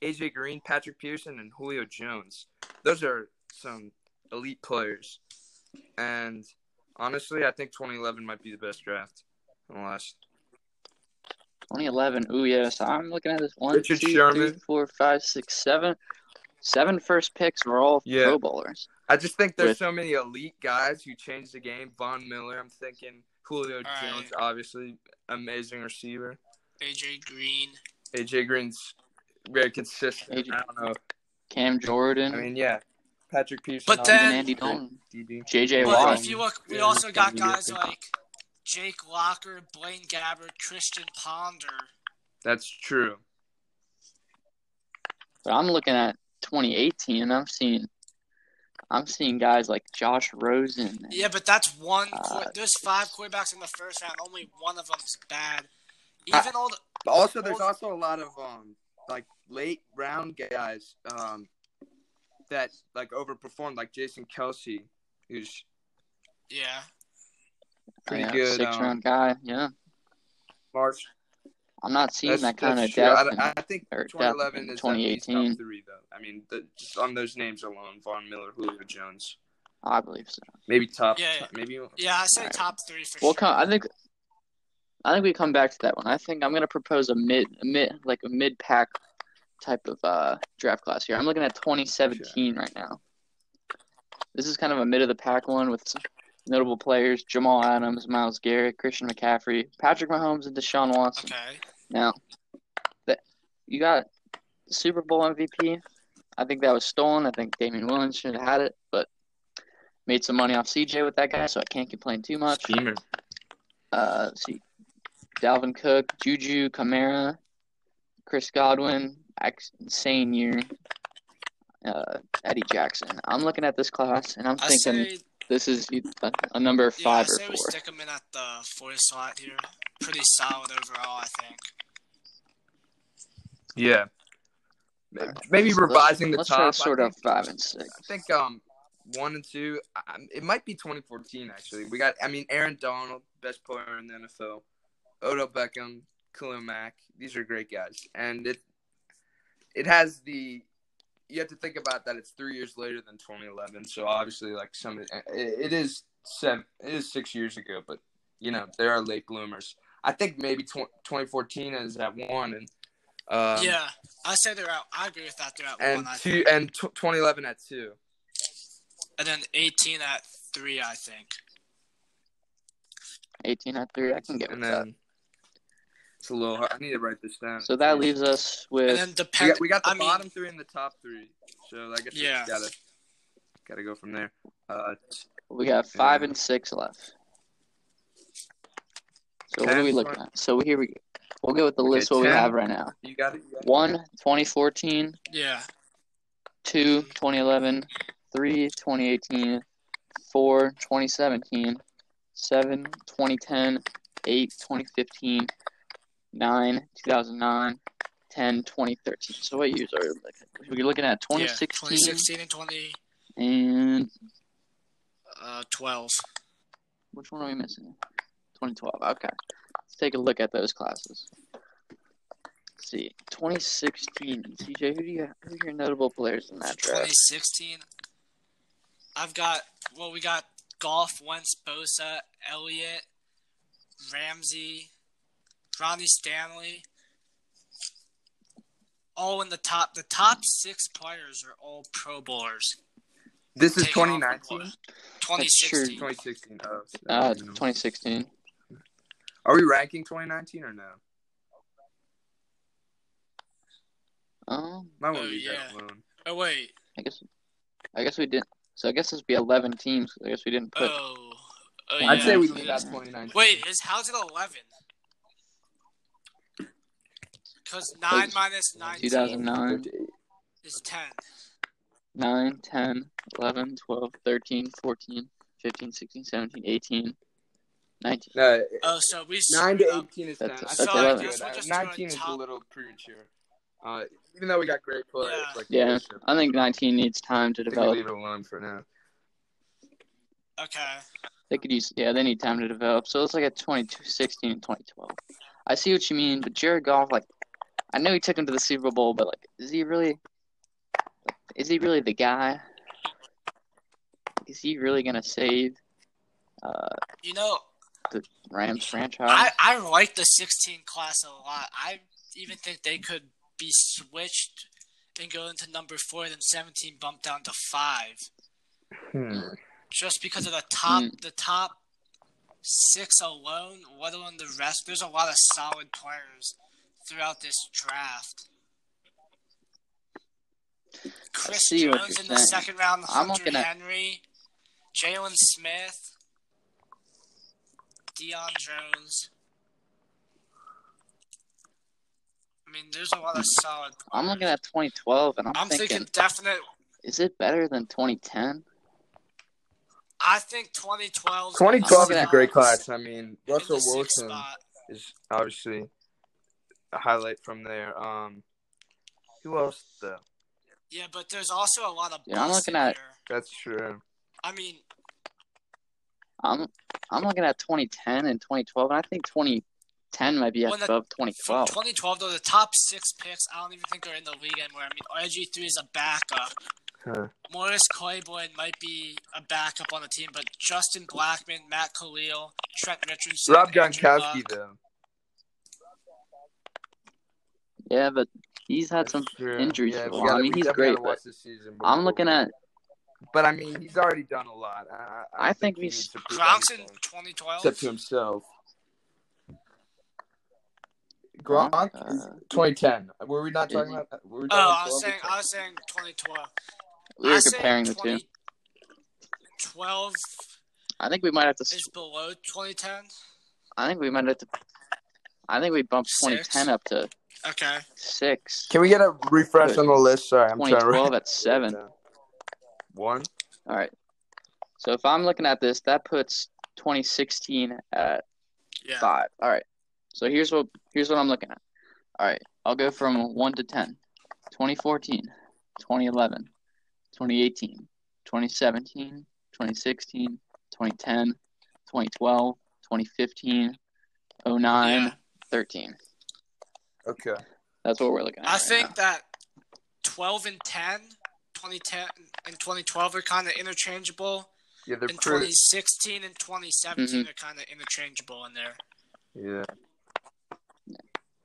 Speaker 3: AJ Green, Patrick Pearson, and Julio Jones. Those are some elite players, and honestly, I think 2011 might be the best draft in the last.
Speaker 2: 2011. Ooh, yes. I'm looking at this one,
Speaker 3: Richard
Speaker 2: two, three,
Speaker 3: Sherman.
Speaker 2: four, five, six, seven. Seven first picks were all
Speaker 3: Yeah.
Speaker 2: Pro Bowlers.
Speaker 3: I just think there's
Speaker 2: With-
Speaker 3: so many elite guys who changed the game. Von Miller, I'm thinking Julio
Speaker 1: right.
Speaker 3: Jones, obviously amazing receiver.
Speaker 1: AJ Green.
Speaker 3: AJ Green's very consistent.
Speaker 2: AJ
Speaker 3: I don't know.
Speaker 2: Cam Jordan,
Speaker 3: I mean, yeah, Patrick Peterson.
Speaker 1: But
Speaker 3: on
Speaker 2: even
Speaker 1: then-
Speaker 2: Andy Dalton,
Speaker 3: DB.
Speaker 2: JJ
Speaker 1: But
Speaker 2: Watt.
Speaker 1: if you look, we
Speaker 3: Yeah,
Speaker 1: also got
Speaker 3: yeah.
Speaker 1: guys like Jake Locker, Blaine Gabbert, Christian Ponder.
Speaker 3: That's true.
Speaker 2: But I'm looking at 2018, and I'm seeing, I'm seeing guys like Josh Rosen.
Speaker 1: Yeah, but that's one. Qu-
Speaker 2: Uh,
Speaker 1: there's five quarterbacks in the first round. Only one of them's bad. Even all the,
Speaker 3: But also, there's also a lot of um like late round guys um that like overperformed, like Jason Kelsey, who's
Speaker 1: yeah,
Speaker 3: pretty
Speaker 2: yeah,
Speaker 3: good.
Speaker 2: six
Speaker 3: um,
Speaker 2: round guy. Yeah,
Speaker 3: March.
Speaker 2: I'm not seeing
Speaker 3: That's,
Speaker 2: that kind
Speaker 3: that's
Speaker 2: of
Speaker 3: true.
Speaker 2: depth.
Speaker 3: I,
Speaker 2: and-
Speaker 3: I think
Speaker 2: or
Speaker 3: 2011
Speaker 2: depth in
Speaker 3: is at least top
Speaker 2: 2018.
Speaker 3: three, though. I mean, the, just on those names alone, Von Miller, Julio Jones,
Speaker 2: I believe so.
Speaker 3: maybe top,
Speaker 1: Yeah, yeah.
Speaker 3: maybe
Speaker 1: yeah. I say
Speaker 2: Alright.
Speaker 1: top three for
Speaker 2: Well,
Speaker 1: sure.
Speaker 2: come, I think, I think we come back to that one. I think I'm gonna propose a mid, a mid, like a mid pack type of uh draft class here. I'm looking at 2017 right now. This is kind of a mid of the pack one with some notable players: Jamal Adams, Miles Garrett, Christian McCaffrey, Patrick Mahomes, and Deshaun Watson.
Speaker 1: Okay.
Speaker 2: Now, that you got Super Bowl MVP. I think that was stolen. I think Damian Williams should have had it, but made some money off CJ with that guy, so I can't complain too much.
Speaker 3: Schemer.
Speaker 2: Uh, let's see, Dalvin Cook, Juju, Kamara, Chris Godwin, ex- insane year. Uh, Eddie Jackson. I'm looking at this class and I'm
Speaker 1: I
Speaker 2: thinking
Speaker 1: say
Speaker 2: This is a, a number five
Speaker 1: yeah, I say
Speaker 2: or four.
Speaker 1: we stick him in at the four slot here. Pretty solid overall, I think.
Speaker 3: Yeah. May-
Speaker 2: Alright,
Speaker 3: Maybe
Speaker 2: so let's-
Speaker 3: revising the
Speaker 2: Let's
Speaker 3: top.
Speaker 2: try
Speaker 3: I
Speaker 2: to sort out
Speaker 3: think-
Speaker 2: five and six.
Speaker 3: I think um one and two. I, I'm- it might be 2014 actually. We got I mean Aaron Donald, best player in the NFL. Odo Beckham, Khalil Mack. These are great guys, and it it has the you have to think about that it's three years later than 2011. So obviously, like some it, it is seven, it is six years ago, but you know there are late bloomers. I think maybe tw- 2014 is at one and. Um,
Speaker 1: yeah, I say they're out. I agree with that. They're out
Speaker 3: and
Speaker 1: one, I
Speaker 3: two
Speaker 1: think.
Speaker 3: and tw 2011 at two.
Speaker 1: and then 18 at three, I think.
Speaker 2: Eighteen at three. I can get with
Speaker 3: and
Speaker 2: that.
Speaker 3: then it's a little hard. I need to write this down.
Speaker 2: So that leaves us
Speaker 1: And
Speaker 2: with
Speaker 1: then
Speaker 3: we
Speaker 1: depend.
Speaker 3: got, we got the
Speaker 1: I mean-
Speaker 3: bottom three and the top three. So I guess
Speaker 1: Yeah.
Speaker 3: we gotta gotta go from there. Uh, t-
Speaker 2: we got five
Speaker 3: Yeah.
Speaker 2: and six left. So what
Speaker 3: Ten.
Speaker 2: are we looking at? So here we go. We'll go with the list what we
Speaker 3: ten.
Speaker 2: have right now.
Speaker 3: you got it. You got it?
Speaker 2: One, 2014,
Speaker 1: Yeah.
Speaker 2: two, 2011, three, 2018, four, 2017, seven, 2010, eight, 2015, nine, 2009, 10, 2013. So what years are we looking at? We're looking at
Speaker 1: yeah,
Speaker 2: 2016,
Speaker 1: 2016 and 20,
Speaker 2: and
Speaker 1: uh, 12.
Speaker 2: which one are we missing? 2012. Okay. Let's take a look at those classes. Let's see. 2016. TJ, who do you who are your notable players in that draft?
Speaker 1: 2016. I've got well, we got Golf, Wentz, Bosa, Elliott, Ramsey, Ronnie Stanley. All in the top. The top six players are all Pro Bowlers.
Speaker 3: This is
Speaker 1: Taken off the
Speaker 3: 2019,
Speaker 1: board. 2016.
Speaker 3: 2016. Oh, so I
Speaker 2: Uh,
Speaker 3: don't know.
Speaker 2: 2016.
Speaker 3: Are we ranking 2019 or no?
Speaker 2: Um,
Speaker 3: Might want
Speaker 1: Oh,
Speaker 3: to leave
Speaker 1: yeah.
Speaker 3: that alone.
Speaker 1: Oh wait.
Speaker 2: I guess, I guess we didn't. So I guess this would be 11 teams. I guess we didn't put.
Speaker 1: Oh. oh
Speaker 2: I'd
Speaker 3: I'd
Speaker 1: yeah.
Speaker 3: say we
Speaker 2: Yeah.
Speaker 3: leave out 2019.
Speaker 1: Wait, is how's it 11? Because nine
Speaker 2: Cause
Speaker 1: minus 19
Speaker 2: 2009,
Speaker 1: is 10.
Speaker 2: 9, 10, 11, 12, 13, 14, 15, 16, 17, 18, 19.
Speaker 3: No,
Speaker 1: Oh, so we
Speaker 3: Uh, Nine
Speaker 1: screwed
Speaker 3: to
Speaker 1: up.
Speaker 3: eighteen is down.
Speaker 2: That's-
Speaker 3: I
Speaker 2: that's
Speaker 3: thought
Speaker 2: eleven.
Speaker 3: I
Speaker 1: I guess
Speaker 3: did.
Speaker 1: we'll
Speaker 3: I-
Speaker 1: just do a
Speaker 3: Nineteen is a
Speaker 1: top-
Speaker 3: little premature. Uh, even though we got great players,
Speaker 1: Yeah.
Speaker 3: like
Speaker 2: Yeah,
Speaker 3: Bishop,
Speaker 2: I think 19 needs time to
Speaker 3: I think we
Speaker 2: develop.
Speaker 3: leave it alone for now.
Speaker 1: oh, Okay.
Speaker 2: They could use, yeah, they need time to develop. So it's like at 2016 and 2012. I see what you mean, but Jared Goff, like, I know he took him to the Super Bowl, but like, is he really, is he really the guy? Is he really gonna save uh,
Speaker 1: You know,
Speaker 2: Rams franchise?
Speaker 1: I, I like the 16 class a lot. I even think they could be switched and go into number four, then 17 bumped down to five,
Speaker 3: Hmm.
Speaker 1: just because of the top
Speaker 2: Hmm.
Speaker 1: the top six alone. Let alone the rest. There's a lot of solid players throughout this draft. Chris
Speaker 2: see what
Speaker 1: Jones
Speaker 2: you're
Speaker 1: in the
Speaker 2: saying.
Speaker 1: second round,
Speaker 2: I'm
Speaker 1: Hunter
Speaker 2: looking at-
Speaker 1: Henry, Jalen Smith, Deion Jones. I mean, there's a lot of solid.
Speaker 2: I'm
Speaker 1: players.
Speaker 2: looking at 2012, and I'm,
Speaker 1: I'm
Speaker 2: thinking,
Speaker 1: thinking definite.
Speaker 2: is it better than 2010?
Speaker 1: I think 2012. 's
Speaker 3: Twenty-twelve is a
Speaker 2: Yeah.
Speaker 3: great class. I mean,
Speaker 1: in the
Speaker 3: Russell
Speaker 1: sixth
Speaker 3: Wilson
Speaker 1: spot.
Speaker 3: is obviously a highlight from there. Um, who else though?
Speaker 1: Yeah, but there's also a lot of.
Speaker 2: Yeah, I'm
Speaker 1: busts in
Speaker 2: looking at-
Speaker 1: here.
Speaker 3: That's true.
Speaker 1: I mean,
Speaker 2: I'm I'm looking at 2010 and 2012, and I think 2010 might be
Speaker 1: Well, that-
Speaker 2: above
Speaker 1: from
Speaker 2: 2012.
Speaker 1: 2012 though, the top six picks I don't even think are in the league anymore. I mean, RG three is a backup.
Speaker 3: Huh.
Speaker 1: Morris Claiborne might be a backup on the team, but Justin Blackman, Matt Khalil, Trent Richardson,
Speaker 3: Rob
Speaker 1: Andrew
Speaker 3: Gronkowski
Speaker 1: Luck.
Speaker 3: though.
Speaker 2: Yeah, but he's had
Speaker 3: That's
Speaker 2: some
Speaker 3: true.
Speaker 2: injuries for
Speaker 3: Yeah,
Speaker 2: a
Speaker 3: we
Speaker 2: while. I
Speaker 3: gotta-
Speaker 2: mean,
Speaker 3: we
Speaker 2: he's
Speaker 3: definitely
Speaker 2: great,
Speaker 3: gotta
Speaker 2: but
Speaker 3: watch this season, but
Speaker 2: I'm
Speaker 3: we'll-
Speaker 2: looking at
Speaker 3: But I mean, he's already done a lot. I, I, I,
Speaker 2: I
Speaker 3: don't
Speaker 2: think
Speaker 3: he
Speaker 2: we-
Speaker 3: needs to prove
Speaker 1: Gronk's in
Speaker 3: anything.
Speaker 1: 2012.
Speaker 3: except to himself.
Speaker 2: Gronk,
Speaker 3: Gronk,
Speaker 2: uh,
Speaker 3: is 2010. Were we not
Speaker 2: is
Speaker 3: talking
Speaker 2: he?
Speaker 3: about that? Were we talking
Speaker 1: Oh,
Speaker 3: about
Speaker 1: I was
Speaker 3: 12?
Speaker 1: saying, I was saying 2012. I
Speaker 2: we were
Speaker 1: was saying
Speaker 2: comparing the two.
Speaker 1: 2012
Speaker 2: I think we might have to. s-
Speaker 1: is below 2010.
Speaker 2: I think we might have to. I think we bumped
Speaker 1: Six.
Speaker 2: 2010 up to
Speaker 1: Okay.
Speaker 2: six.
Speaker 3: Can we get a [LAUGHS] refresh on the list? Sorry, I'm trying to.
Speaker 2: 2012 at seven.
Speaker 3: One.
Speaker 2: All right. So if I'm looking at this, that puts 2016 at
Speaker 1: Yeah.
Speaker 2: five. All right. So here's what here's what I'm looking at. All right. I'll go from one to ten. 2014, 2011, 2018, 2017, 2016, 2010, 2012, 2015, 09,
Speaker 1: Yeah.
Speaker 2: 13.
Speaker 3: Okay.
Speaker 2: That's what we're looking at.
Speaker 1: I
Speaker 2: right
Speaker 1: think
Speaker 2: now.
Speaker 1: that 12 and 10, 2010 and 2012 are kind of interchangeable,
Speaker 3: Yeah, they're
Speaker 1: and
Speaker 3: pretty.
Speaker 1: 2016 and 2017
Speaker 2: Mm-hmm.
Speaker 1: are kind of interchangeable in there.
Speaker 3: Yeah.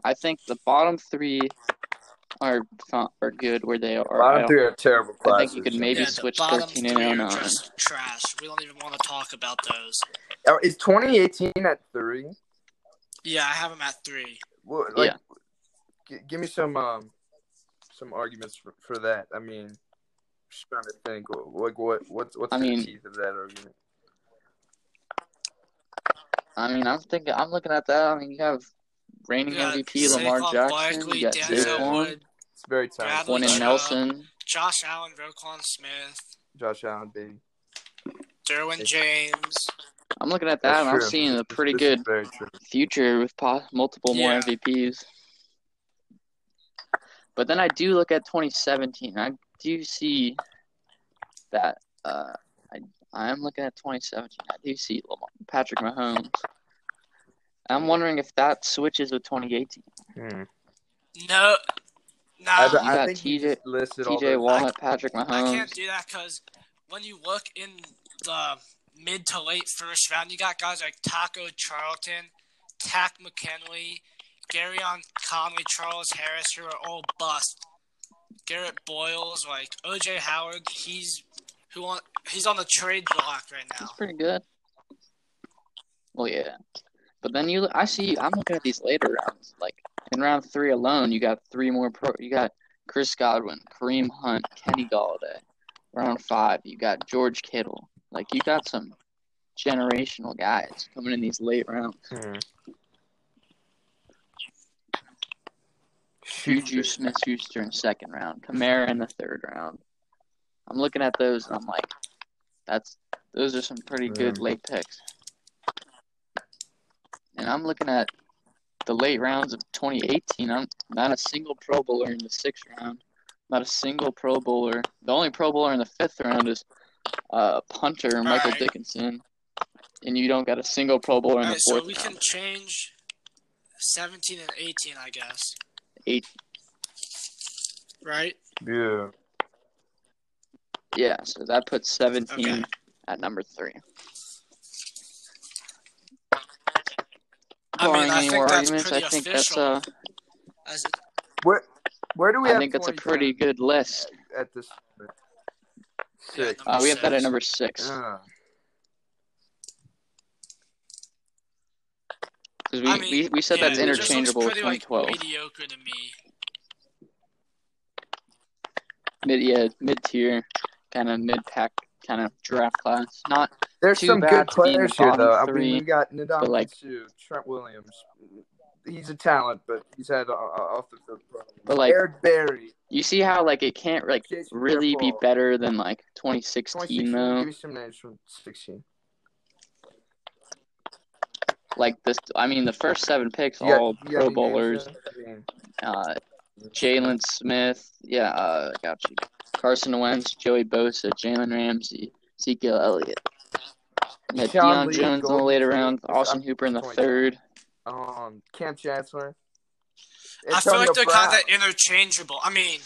Speaker 2: I think the bottom three are fi- are good where they are. I
Speaker 3: Bottom
Speaker 2: don't-
Speaker 3: three are terrible
Speaker 2: I
Speaker 3: classes.
Speaker 2: think you could maybe
Speaker 1: yeah,
Speaker 2: switch
Speaker 1: the bottom
Speaker 2: 13 and
Speaker 1: three are
Speaker 2: 09.
Speaker 1: just trash. We don't even want to talk about those.
Speaker 3: Oh, Is 2018 at three?
Speaker 1: Yeah, I have them at three.
Speaker 3: Well, like, g- give me some um, some arguments for, for that. I mean, just trying to think. wh- Like, what what's what's
Speaker 2: I
Speaker 3: the
Speaker 2: mean-
Speaker 3: teeth of that argument?
Speaker 2: I mean, I'm thinking, I'm looking at that. I mean, you have reigning
Speaker 1: Yeah,
Speaker 2: MVP Lamar
Speaker 1: Saquon
Speaker 2: Jackson.
Speaker 1: Barkley,
Speaker 2: you got
Speaker 1: Denzel
Speaker 2: Saquon,
Speaker 1: Wood,
Speaker 3: It's very time.
Speaker 1: Bradley-
Speaker 2: one in
Speaker 1: Chubb.
Speaker 2: Nelson.
Speaker 1: Josh Allen, Roquan Smith,
Speaker 3: Josh Allen, baby.
Speaker 1: Derwin James.
Speaker 2: I'm looking at
Speaker 3: That's
Speaker 2: that, and I'm
Speaker 3: true.
Speaker 2: seeing a
Speaker 3: This-
Speaker 2: pretty
Speaker 3: this
Speaker 2: good
Speaker 3: is Very true.
Speaker 2: future with po- multiple
Speaker 1: Yeah.
Speaker 2: more MVPs. But then I do look at 2017. I do see that. Uh, I I am looking at 2017. I do see Lamar, Patrick Mahomes. I'm wondering if that switches with 2018.
Speaker 1: Uh,
Speaker 3: Hmm.
Speaker 1: No, no,
Speaker 3: I,
Speaker 2: You
Speaker 1: I,
Speaker 3: I
Speaker 2: got
Speaker 3: think
Speaker 2: TJ
Speaker 3: you just listed all
Speaker 2: T.J.
Speaker 3: those.
Speaker 2: Watt, Patrick
Speaker 1: can't
Speaker 2: Mahomes.
Speaker 1: do that because when you look in the mid to late first round, you got guys like Taco Charlton, Tack McKinley, Gary on Conley, Charles Harris, who are all bust. Garrett Boyles, like OJ Howard, he's who on he's on the trade block right now.
Speaker 2: That's pretty good. Well, yeah, but then you, I see. I'm looking at these later rounds. Like in round three alone, you got three more pro. You got Chris Godwin, Kareem Hunt, Kenny Galladay. Round five, you got George Kittle. Like you got some generational guys coming in these late rounds.
Speaker 3: Hmm.
Speaker 2: Juju Smith-Schuster in second round, Kamara in the third round. I'm looking at those and I'm like, that's those are some pretty good
Speaker 3: Yeah.
Speaker 2: late picks. And I'm looking at the late rounds of 2018. I'm not a single Pro Bowler in the sixth round. Not a single Pro Bowler. The only Pro Bowler in the fifth round is uh, punter Michael
Speaker 1: right.
Speaker 2: Dickinson, and you don't got a single Pro Bowler
Speaker 1: All
Speaker 2: in the
Speaker 1: right, so
Speaker 2: fourth
Speaker 1: we
Speaker 2: round.
Speaker 1: can change 17 and 18, I guess.
Speaker 2: Eight.
Speaker 1: Right?
Speaker 3: Yeah.
Speaker 2: Yeah, so that puts 17
Speaker 1: Okay.
Speaker 2: at number three.
Speaker 1: I mean,
Speaker 2: Barring
Speaker 1: I
Speaker 2: any
Speaker 1: think
Speaker 2: more
Speaker 1: that's
Speaker 2: arguments,
Speaker 1: pretty
Speaker 2: I think that's
Speaker 1: official.
Speaker 2: a,
Speaker 1: As,
Speaker 3: Where where do we
Speaker 2: I
Speaker 3: have
Speaker 2: think that's a
Speaker 3: 2010
Speaker 2: pretty good list.
Speaker 3: at this moment? Six.
Speaker 1: Yeah,
Speaker 2: Uh, we have that at
Speaker 1: Six.
Speaker 2: number six
Speaker 3: Ah.
Speaker 2: because we,
Speaker 1: I mean,
Speaker 2: we, we said
Speaker 1: yeah,
Speaker 2: that's
Speaker 1: it just looks
Speaker 2: interchangeable with
Speaker 1: pretty, like,
Speaker 2: 2012.
Speaker 1: mediocre to me.
Speaker 2: mid yeah mid tier, kind of mid pack kind of draft class. Not
Speaker 3: There's
Speaker 2: Too
Speaker 3: some
Speaker 2: bad
Speaker 3: good
Speaker 2: to be in the
Speaker 3: players here,
Speaker 2: bottom
Speaker 3: though. I
Speaker 2: three,
Speaker 3: mean, we got Nadal
Speaker 2: but, like-
Speaker 3: Sue, Trent Williams. He's a talent, but he's had a- a- off the field problems.
Speaker 2: But, like-
Speaker 3: Eric Berry,
Speaker 2: you see how like it can't like
Speaker 3: Jason
Speaker 2: really be
Speaker 3: Pierre-Paul.
Speaker 2: better than like 2016
Speaker 3: 2016. Give
Speaker 2: though.
Speaker 3: me some names from 16.
Speaker 2: Like this, I mean the first seven picks
Speaker 3: You got-
Speaker 2: all
Speaker 3: you got
Speaker 2: Pro
Speaker 3: any names
Speaker 2: Bowlers.
Speaker 3: there? I mean,
Speaker 2: Uh, Jalen Smith, yeah, uh, got you. Carson Wentz, Joey Bosa, Jalen Ramsey, Ezekiel Elliott. You had
Speaker 3: Keyshawn
Speaker 2: Deion
Speaker 3: Lee,
Speaker 2: Jones in the
Speaker 3: Golden
Speaker 2: later
Speaker 3: Tate,
Speaker 2: round,
Speaker 3: who's
Speaker 2: Austin
Speaker 3: up
Speaker 2: Hooper in the
Speaker 3: 20.
Speaker 2: third.
Speaker 3: um, Cam Chancellor.
Speaker 1: I feel like
Speaker 3: Antonio
Speaker 1: they're
Speaker 3: Brown.
Speaker 1: kind of interchangeable. I mean,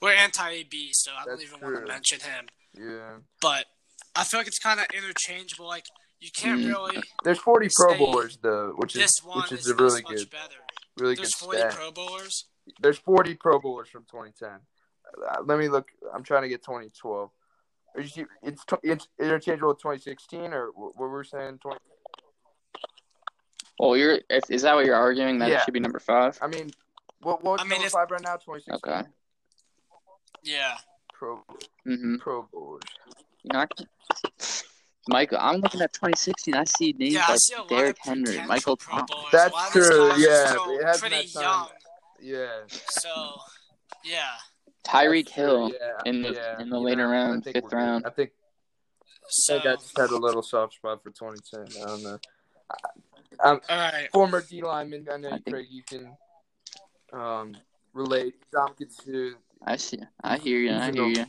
Speaker 1: we're anti AB, so I don't
Speaker 3: That's
Speaker 1: even want
Speaker 3: true.
Speaker 1: to mention him.
Speaker 3: Yeah.
Speaker 1: But I feel like it's kind of interchangeable. Like, you can't
Speaker 2: Mm.
Speaker 1: really.
Speaker 3: There's 40 Pro
Speaker 1: Say,
Speaker 3: Bowlers, though, which is,
Speaker 1: This one
Speaker 3: which
Speaker 1: is,
Speaker 3: is a
Speaker 1: this
Speaker 3: really
Speaker 1: much
Speaker 3: good,
Speaker 1: better.
Speaker 3: really
Speaker 1: There's
Speaker 3: good
Speaker 1: 40
Speaker 3: stat.
Speaker 1: Pro Bowlers.
Speaker 3: There's 40 Pro Bowlers from 2010. Uh, let me look. I'm trying to get 2012. Are you- It's tw- it's interchangeable with 2016 or wh- what we're saying. 20.
Speaker 2: Well, you're if, is that what you're arguing that
Speaker 3: Yeah.
Speaker 2: it should be number five?
Speaker 3: I mean, what what's
Speaker 1: I mean,
Speaker 3: number
Speaker 1: if-
Speaker 3: five right now? 2016
Speaker 2: Okay.
Speaker 1: Yeah.
Speaker 3: Pro
Speaker 2: Mm-hmm.
Speaker 3: Pro Bowlers.
Speaker 2: You know, I can... [LAUGHS] Michael, I'm looking at 2016. I see names
Speaker 1: Yeah, I
Speaker 2: like
Speaker 1: see a lot
Speaker 2: Derrick
Speaker 1: of
Speaker 2: Henry,
Speaker 1: potential
Speaker 2: Michael
Speaker 1: Pro
Speaker 2: Thomas.
Speaker 1: Bowlers.
Speaker 3: That's
Speaker 1: a lot of these
Speaker 3: true,
Speaker 1: guys are
Speaker 3: yeah,
Speaker 1: still
Speaker 3: it hasn't
Speaker 1: pretty
Speaker 3: had time.
Speaker 1: young,
Speaker 3: Yeah.
Speaker 1: so yeah.
Speaker 2: Tyreek
Speaker 3: That's
Speaker 2: Hill
Speaker 3: true, yeah,
Speaker 2: in the
Speaker 3: yeah.
Speaker 2: in the
Speaker 3: You
Speaker 2: later
Speaker 3: know, I
Speaker 2: round,
Speaker 3: think
Speaker 2: fifth
Speaker 3: we're good.
Speaker 2: round.
Speaker 3: I think
Speaker 1: So,
Speaker 3: I think I just had a little soft spot for 2010. I don't know.
Speaker 1: all right.
Speaker 3: Former D lineman. I know,
Speaker 2: I think-
Speaker 3: Craig, you can um, relate. Dom gets to.
Speaker 2: I see. I hear you. I hear you.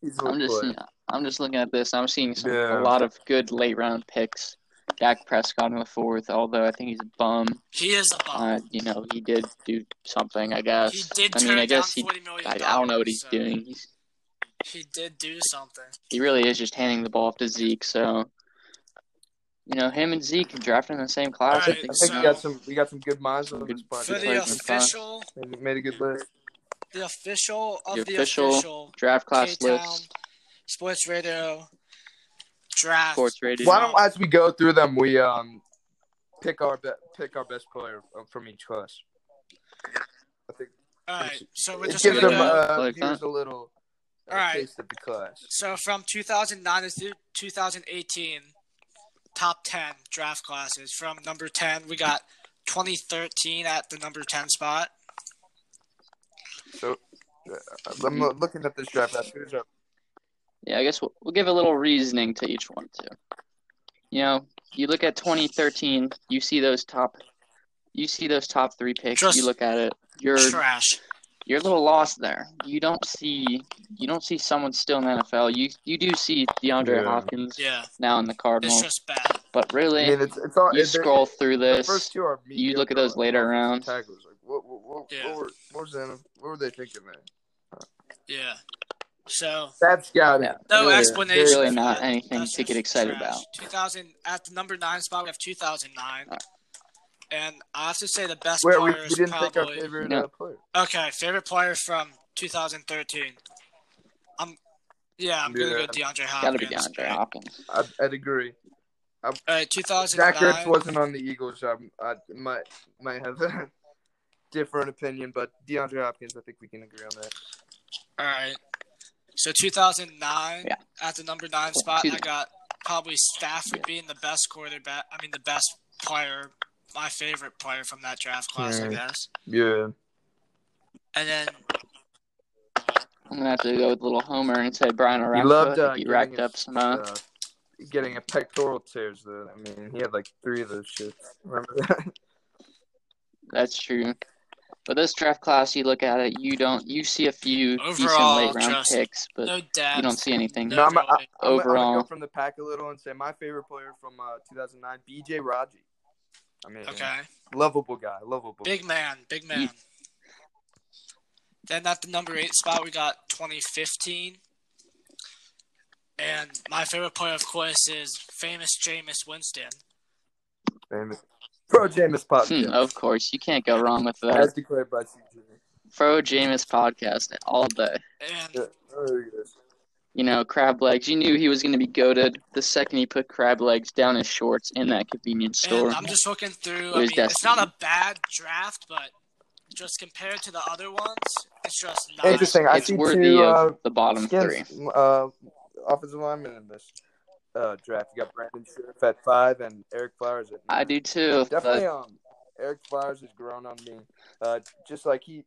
Speaker 3: He's a
Speaker 2: I'm
Speaker 3: little
Speaker 2: just.
Speaker 3: player.
Speaker 2: Seeing, I'm just looking at this. I'm seeing some,
Speaker 3: Yeah.
Speaker 2: a lot of good late round picks. Dak Prescott in the fourth, although I think he's a bum.
Speaker 1: He is a bum.
Speaker 2: Uh, you know, he did do something. I
Speaker 1: he
Speaker 2: guess.
Speaker 1: did
Speaker 2: Uh, I
Speaker 1: turn
Speaker 2: mean, I guess
Speaker 1: down
Speaker 2: he.
Speaker 1: forty million.
Speaker 2: I, I don't know what he's
Speaker 1: so
Speaker 2: doing. He's
Speaker 1: He did do something.
Speaker 2: he really is just handing the ball off to Zeke. So, you know, him and Zeke drafted in the same class.
Speaker 1: Alright,
Speaker 2: I
Speaker 3: I
Speaker 2: think.
Speaker 3: think
Speaker 1: so-
Speaker 3: we got some. We got some good minds on
Speaker 2: Good-
Speaker 3: this
Speaker 1: For
Speaker 2: Good
Speaker 3: podcast.
Speaker 1: the
Speaker 2: player from France.
Speaker 1: official,
Speaker 3: Made- Made a good list.
Speaker 1: the official of
Speaker 2: The
Speaker 1: the,
Speaker 2: official
Speaker 1: official,
Speaker 2: draft class
Speaker 1: K-Town,
Speaker 2: list.
Speaker 1: Sports Radio draft.
Speaker 2: Sports rated.
Speaker 3: Why don't as we go through them, we um pick our be- pick our best player from each class. I think
Speaker 1: All right, so we're
Speaker 3: it
Speaker 1: just
Speaker 3: gives
Speaker 1: gonna
Speaker 3: them
Speaker 1: go.
Speaker 3: uh,
Speaker 2: Like
Speaker 3: viewers
Speaker 2: that.
Speaker 3: a little uh,
Speaker 1: Alright.
Speaker 3: taste of the class.
Speaker 1: So from 2009 to 2018, top 10 draft classes. From number 10, we got 2013 at the number 10 spot.
Speaker 3: So uh, I'm lo- looking at this draft. class. Who's our-
Speaker 2: Yeah, I guess we'll, we'll give a little reasoning to each one too. You know, you look at 2013, you see those top, you see those top three picks.
Speaker 1: Just
Speaker 2: you look at it, you're
Speaker 1: Trash.
Speaker 2: you're a little lost there. You don't see you don't see someone still in the NFL. You you do see DeAndre
Speaker 3: Yeah.
Speaker 2: Hopkins
Speaker 1: Yeah,
Speaker 2: now in the
Speaker 1: it's
Speaker 2: Cardinals,
Speaker 1: just bad.
Speaker 2: but
Speaker 3: I
Speaker 2: really,
Speaker 3: mean, it's it's all
Speaker 2: you
Speaker 3: it's-
Speaker 2: scroll through
Speaker 3: The
Speaker 2: this.
Speaker 3: first two are
Speaker 2: you look at
Speaker 3: mediocre
Speaker 2: those later
Speaker 3: offensive
Speaker 2: rounds.
Speaker 3: Tackles. Like, what, what, what,
Speaker 1: Yeah.
Speaker 3: what, were, what was that? What were they thinking there?
Speaker 1: Yeah. So
Speaker 3: That's scouting.
Speaker 2: Yeah.
Speaker 1: no
Speaker 3: Really,
Speaker 1: explanation.
Speaker 2: really
Speaker 1: for
Speaker 2: not
Speaker 1: that.
Speaker 2: anything
Speaker 1: That's
Speaker 2: to get
Speaker 1: just
Speaker 2: excited
Speaker 1: trash.
Speaker 2: about.
Speaker 1: 2000 at the number nine spot, we have 2009,
Speaker 2: Alright.
Speaker 1: and I have to say the best
Speaker 3: Where we,
Speaker 1: player
Speaker 3: we
Speaker 1: is
Speaker 3: didn't pick our
Speaker 1: probably
Speaker 3: favorite
Speaker 2: No.
Speaker 3: uh, player.
Speaker 1: okay. Favorite player from 2013. I'm yeah. I'm gonna
Speaker 3: Yeah.
Speaker 1: go DeAndre
Speaker 2: Got to
Speaker 1: Hopkins.
Speaker 2: be DeAndre Hopkins.
Speaker 3: I, I'd agree.
Speaker 1: All right, 2009.
Speaker 3: Zach Ertz wasn't on the Eagles. Um, I might might have a [LAUGHS] different opinion, but DeAndre Hopkins, I think we can agree on that.
Speaker 1: All right. So 2009
Speaker 2: Yeah.
Speaker 1: at the number nine spot, I
Speaker 2: Excuse me.
Speaker 1: got probably Stafford being the best quarterback. I mean, the best player, my favorite player from that draft class, I
Speaker 3: Hmm.
Speaker 1: guess.
Speaker 3: Yeah.
Speaker 1: And then
Speaker 2: I'm gonna have to go with little Homer and say Brian Arafa.
Speaker 3: He loved.
Speaker 2: I
Speaker 3: Uh,
Speaker 2: think he
Speaker 3: getting
Speaker 2: racked
Speaker 3: a-
Speaker 2: up some. Uh,
Speaker 3: uh, getting a pectoral tears. Though I mean, he had like three of those shits. Remember that? [LAUGHS]
Speaker 2: That's true. But this draft class, you look at it, you don't you see a few
Speaker 1: Overall,
Speaker 2: decent late round
Speaker 1: just
Speaker 2: picks, but
Speaker 1: no depth.
Speaker 2: you don't see anything.
Speaker 1: no
Speaker 3: No, I'm-
Speaker 1: really.
Speaker 3: I'm gonna- I'm gonna
Speaker 2: Overall.
Speaker 3: go from the pack a little and say my favorite player from uh, 2009, B.J. Raji. I mean,
Speaker 1: Okay.
Speaker 3: lovable guy, lovable.
Speaker 1: Big man, big man. Then at the number eight spot, we got 2015. And my favorite player, of course, is famous Jameis Winston.
Speaker 3: famous. Pro Jameis Potter.
Speaker 2: Hmm, of course, you can't go wrong with
Speaker 3: As
Speaker 2: that.
Speaker 3: declared by CJ.
Speaker 2: Pro Jameis podcast all day.
Speaker 1: And
Speaker 3: Yeah, Oh, there he is.
Speaker 2: You know, crab legs. You knew he was going to be goaded the second he put crab legs down his shorts in that convenience store.
Speaker 1: And I'm just looking through. I
Speaker 2: It
Speaker 1: mean,
Speaker 2: was
Speaker 1: it's not
Speaker 2: destiny.
Speaker 1: a bad draft, but just compared to the other ones, it's just not.
Speaker 3: Interesting. I
Speaker 2: it's
Speaker 3: see
Speaker 2: worthy
Speaker 3: two
Speaker 2: of
Speaker 3: uh,
Speaker 2: the bottom three.
Speaker 3: skins, uh, offensive linemen in this uh, draft. You got Brandon Sheriff at five and Eric Flowers at.
Speaker 2: I
Speaker 3: nine.
Speaker 2: do too.
Speaker 3: Definitely,
Speaker 2: But
Speaker 3: um, Eric Flowers has grown on me. Uh, just like he,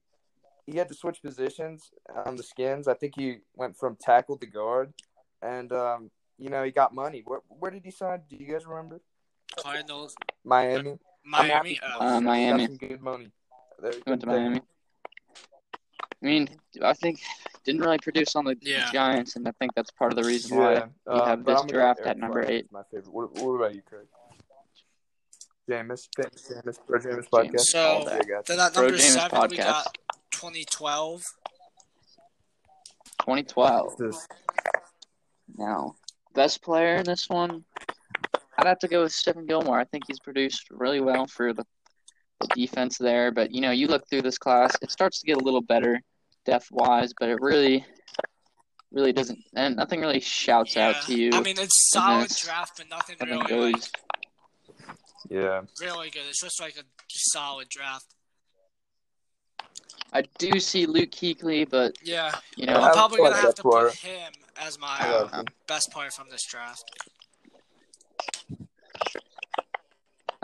Speaker 3: he had to switch positions on the skins. I think he went from tackle to guard, and um, you know he got money. Where, where did he sign? Do you guys remember?
Speaker 1: Cardinals,
Speaker 3: Miami. I'm
Speaker 1: Miami.
Speaker 3: happy for
Speaker 1: Uh,
Speaker 2: Uh,
Speaker 3: him. He
Speaker 2: Miami.
Speaker 3: Got some good money. There-
Speaker 2: he went to
Speaker 3: there-
Speaker 2: Miami. I mean, I think didn't really produce on the
Speaker 1: Yeah.
Speaker 2: Giants, and I think that's part of the reason why.
Speaker 3: Yeah, um,
Speaker 2: we have
Speaker 3: but
Speaker 2: this
Speaker 3: I'm gonna go
Speaker 2: draft
Speaker 3: Eric
Speaker 2: at number
Speaker 3: Flowers
Speaker 2: eight.
Speaker 3: is My favorite. What, what about you, Craig? Jameis, Jameis, Jameis, or Jameis
Speaker 2: Jameis.
Speaker 3: podcast.
Speaker 1: So-
Speaker 3: Yeah, I got you.
Speaker 1: then at
Speaker 2: Pro
Speaker 1: number
Speaker 2: James
Speaker 1: seven, we
Speaker 2: podcast,
Speaker 1: got 2012.
Speaker 2: 2012.
Speaker 3: This is-
Speaker 2: Now, best player in this one, I'd have to go with Stephen Gilmore. I think he's produced really well for the, the defense there. But you know, you look through this class, it starts to get a little better depth wise, but it really, really doesn't, and nothing really shouts out to you.
Speaker 1: I mean, it's solid
Speaker 2: that's-
Speaker 1: draft, but nothing
Speaker 2: nothing
Speaker 1: really, like,
Speaker 2: goes.
Speaker 3: yeah.
Speaker 1: really good. It's just like a solid draft.
Speaker 2: I do see Luke Kuechly, but
Speaker 1: Yeah,
Speaker 2: you
Speaker 1: I'm
Speaker 2: know,
Speaker 3: Uh,
Speaker 1: probably
Speaker 3: like
Speaker 1: gonna have
Speaker 3: that
Speaker 1: to
Speaker 3: player.
Speaker 1: put him as my
Speaker 2: I
Speaker 1: uh,
Speaker 2: don't know.
Speaker 1: best player from this draft.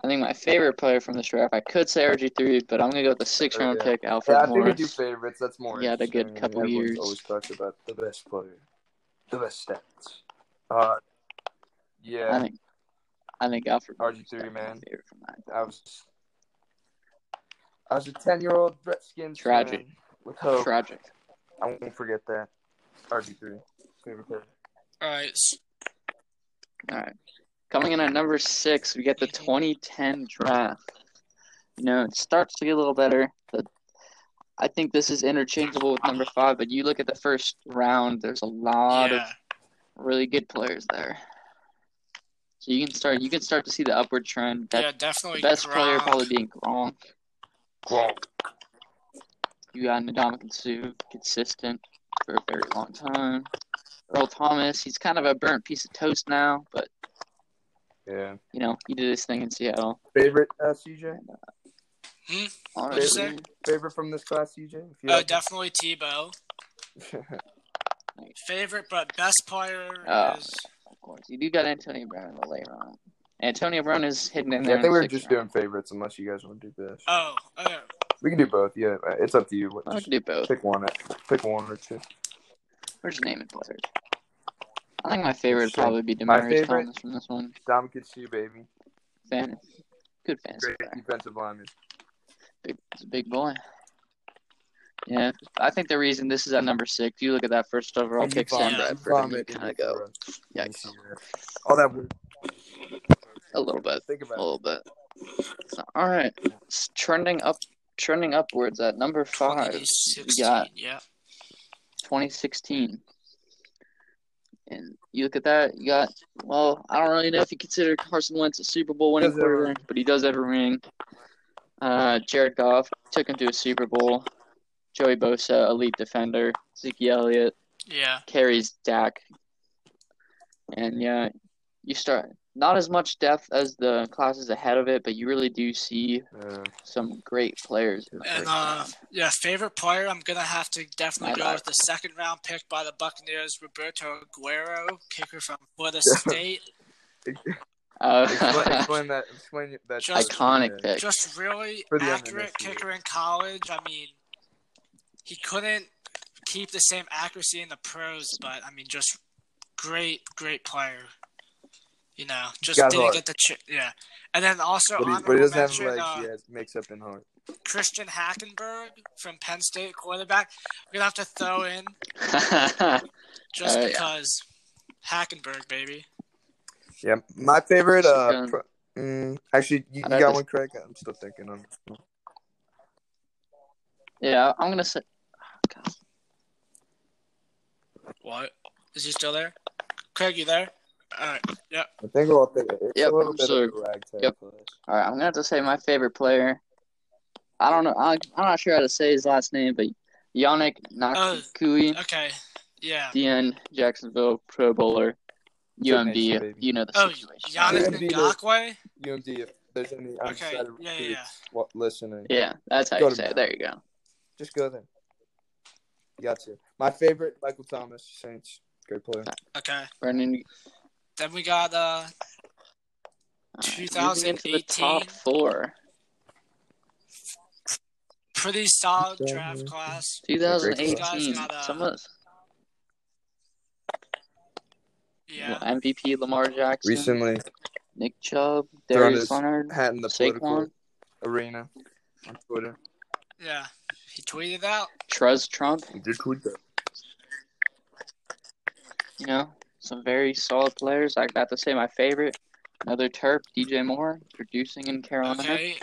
Speaker 2: I think my favorite player from this draft, I could say RG3, but I'm gonna go with the six round
Speaker 3: Yeah.
Speaker 2: pick, Alfred
Speaker 3: Yeah, I think we
Speaker 2: Morris.
Speaker 3: do favorites. That's more.
Speaker 2: He had a
Speaker 3: interesting.
Speaker 2: good couple
Speaker 3: Everyone's
Speaker 2: years.
Speaker 3: Always talks about the best player, the best stats. Uh,
Speaker 2: I
Speaker 3: yeah,
Speaker 2: think I think Alfred Morton's
Speaker 3: RG3,
Speaker 2: my
Speaker 3: man.
Speaker 2: favorite from that.
Speaker 3: I was. I was a ten-year-old Redskins
Speaker 2: Tragic.
Speaker 3: fan with hope.
Speaker 2: Tragic.
Speaker 3: I won't forget that. RG three favorite player.
Speaker 1: All right. s-
Speaker 2: All right. Coming in at number six, we get the 2010 draft. You know, it starts to get a little better. But I think this is interchangeable with number five, but you look at the first round, there's a lot of
Speaker 1: Yeah.
Speaker 2: really good players there. So you can start you can start to see the upward trend. That
Speaker 1: yeah, definitely.
Speaker 2: the best player
Speaker 1: Gronk. Uh,
Speaker 2: probably being Gronk. You got Ndamukong and Sue consistent for a very long time. Earl Thomas, he's kind of a burnt piece of toast now, but
Speaker 3: Yeah.
Speaker 2: you know, he did his thing in Seattle.
Speaker 3: Favorite uh, CJ.
Speaker 1: What'd you
Speaker 2: Honestly,
Speaker 3: Favorite from this class, CJ. If you
Speaker 1: Uh,
Speaker 3: have-
Speaker 1: definitely
Speaker 2: [LAUGHS]
Speaker 1: Tebow. Favorite, but best player
Speaker 2: Oh.
Speaker 1: is.
Speaker 2: of course. You do got Antonio Brown in the late round. Antonio Brown is hidden in
Speaker 3: Yeah,
Speaker 2: there.
Speaker 3: I
Speaker 2: in
Speaker 3: think
Speaker 2: the
Speaker 3: we were
Speaker 2: sixth
Speaker 3: just
Speaker 2: round.
Speaker 3: doing favorites, unless you guys want to do this.
Speaker 1: Oh, oh,
Speaker 3: We can do both. Yeah, uh, it's up to you. What-
Speaker 2: I
Speaker 3: just
Speaker 2: could do both.
Speaker 3: Pick one. uh, Pick one or two.
Speaker 2: We're just naming players. I think my favorite would
Speaker 3: Sure.
Speaker 2: probably be
Speaker 3: My
Speaker 2: Demarius
Speaker 3: favorite-
Speaker 2: Thomas from this one.
Speaker 3: Dom Sue, baby.
Speaker 2: Fan, good fantasy
Speaker 3: Great
Speaker 2: player.
Speaker 3: defensive lineman.
Speaker 2: Big, it's a big boy. Yeah, I think the reason this is at number six, you look at that first overall
Speaker 3: And you
Speaker 2: pick, Sam
Speaker 1: vomit.
Speaker 2: Bradford, and you
Speaker 3: Vomit in
Speaker 2: kind
Speaker 3: your
Speaker 2: of go,
Speaker 3: throat.
Speaker 2: yikes,
Speaker 3: All that. Weird.
Speaker 2: a little bit,
Speaker 3: Think
Speaker 2: a
Speaker 3: about it.
Speaker 2: little bit. So, all right, it's trending up, trending upwards at number five,
Speaker 1: 2016.
Speaker 2: Yeah.
Speaker 1: Yeah.
Speaker 2: 2016. And you look at that, you got, well, I don't really know if you consider Carson Wentz a Super Bowl winning
Speaker 3: Does have a
Speaker 2: quarterback, but he does have a ring. Uh, Jared Goff took him to a Super Bowl. Joey Bosa, elite defender. Zeke Elliott.
Speaker 1: Yeah.
Speaker 2: carries Dak. And yeah, you start not as much depth as the classes ahead of it, but you really do see
Speaker 3: Yeah.
Speaker 2: some great players. In the
Speaker 1: And
Speaker 2: first
Speaker 1: uh,
Speaker 2: round.
Speaker 1: yeah, favorite player. I'm gonna have to definitely
Speaker 2: My
Speaker 1: go
Speaker 2: bad.
Speaker 1: with the second round pick by the Buccaneers, Roberto Aguero, kicker from
Speaker 2: [LAUGHS]
Speaker 1: Florida State.
Speaker 3: Explain,
Speaker 2: Uh,
Speaker 3: explain that. Explain that.
Speaker 1: Just-
Speaker 2: iconic pick.
Speaker 1: Just really
Speaker 3: For the
Speaker 1: accurate
Speaker 3: underdog, yeah.
Speaker 1: kicker in college. I mean, he couldn't keep the same accuracy in the pros, but I mean, just great, great player. You know, just
Speaker 3: got
Speaker 1: didn't
Speaker 3: heart.
Speaker 1: get the ch- yeah. And then also
Speaker 3: But he,
Speaker 1: honorable
Speaker 3: but he doesn't have
Speaker 1: mention,
Speaker 3: legs.
Speaker 1: uh,
Speaker 3: He has mix up in heart.
Speaker 1: Christian Hackenberg from Penn State quarterback. We're gonna have to throw in just
Speaker 2: Uh, yeah.
Speaker 1: because Hackenberg, baby.
Speaker 3: Yeah, my favorite. Uh,
Speaker 2: Shotgun.
Speaker 3: pro- mm, actually, you, you
Speaker 2: I'd have
Speaker 3: got
Speaker 2: to-
Speaker 3: one, Craig. I'm still thinking. on this one.
Speaker 2: [LAUGHS] yeah, I'm gonna say
Speaker 1: What? Is he still there? Craig, you there? All right.
Speaker 3: I think we're all thinking. It's
Speaker 2: Yep,
Speaker 3: a little
Speaker 2: I'm
Speaker 3: bit
Speaker 2: sorry.
Speaker 3: of a ragtag
Speaker 2: Yep.
Speaker 3: for us.
Speaker 2: all right. I'm gonna have to say my favorite player. I don't know. I, I'm not sure how to say his last name, but Yannick
Speaker 1: Uh,
Speaker 2: Nakui,
Speaker 1: Okay. Yeah.
Speaker 2: DN Jacksonville Pro Bowler,
Speaker 3: Nation,
Speaker 2: UMD.
Speaker 3: baby.
Speaker 2: You know the
Speaker 1: Oh,
Speaker 2: situation.
Speaker 1: Giannis
Speaker 3: Yeah.
Speaker 1: Ngakwe?
Speaker 3: UMD, if there's any
Speaker 1: Okay.
Speaker 3: outside
Speaker 1: Yeah, yeah,
Speaker 3: recruits
Speaker 1: yeah.
Speaker 3: wa- listening,
Speaker 2: Yeah, that's how
Speaker 3: Go
Speaker 2: you
Speaker 3: to
Speaker 2: say
Speaker 3: Matt.
Speaker 2: it. There you go.
Speaker 3: just go there. You got to. My favorite, Michael Thomas, Saints. Great player.
Speaker 1: Okay.
Speaker 2: Brendan.
Speaker 1: Then we got uh
Speaker 2: alright, moving into the
Speaker 1: 2018.
Speaker 2: top four.
Speaker 1: pretty solid draft
Speaker 3: 2018.
Speaker 1: class. These
Speaker 2: 2018.
Speaker 1: guys got,
Speaker 2: Some
Speaker 1: uh,
Speaker 2: of those.
Speaker 1: Yeah.
Speaker 2: MVP Lamar Jackson,
Speaker 3: Recently,
Speaker 2: Nick Chubb,
Speaker 3: They're on
Speaker 2: Darius
Speaker 3: his
Speaker 2: Leonard,
Speaker 3: hat in the political
Speaker 2: Saquon,
Speaker 3: arena on Twitter.
Speaker 1: Yeah. He tweeted out.
Speaker 2: Trez Trump.
Speaker 3: He did tweet that.
Speaker 2: You know, some very solid players. I got to say my favorite. Another Terp, DJ Moore, producing in Carolina.
Speaker 1: Okay.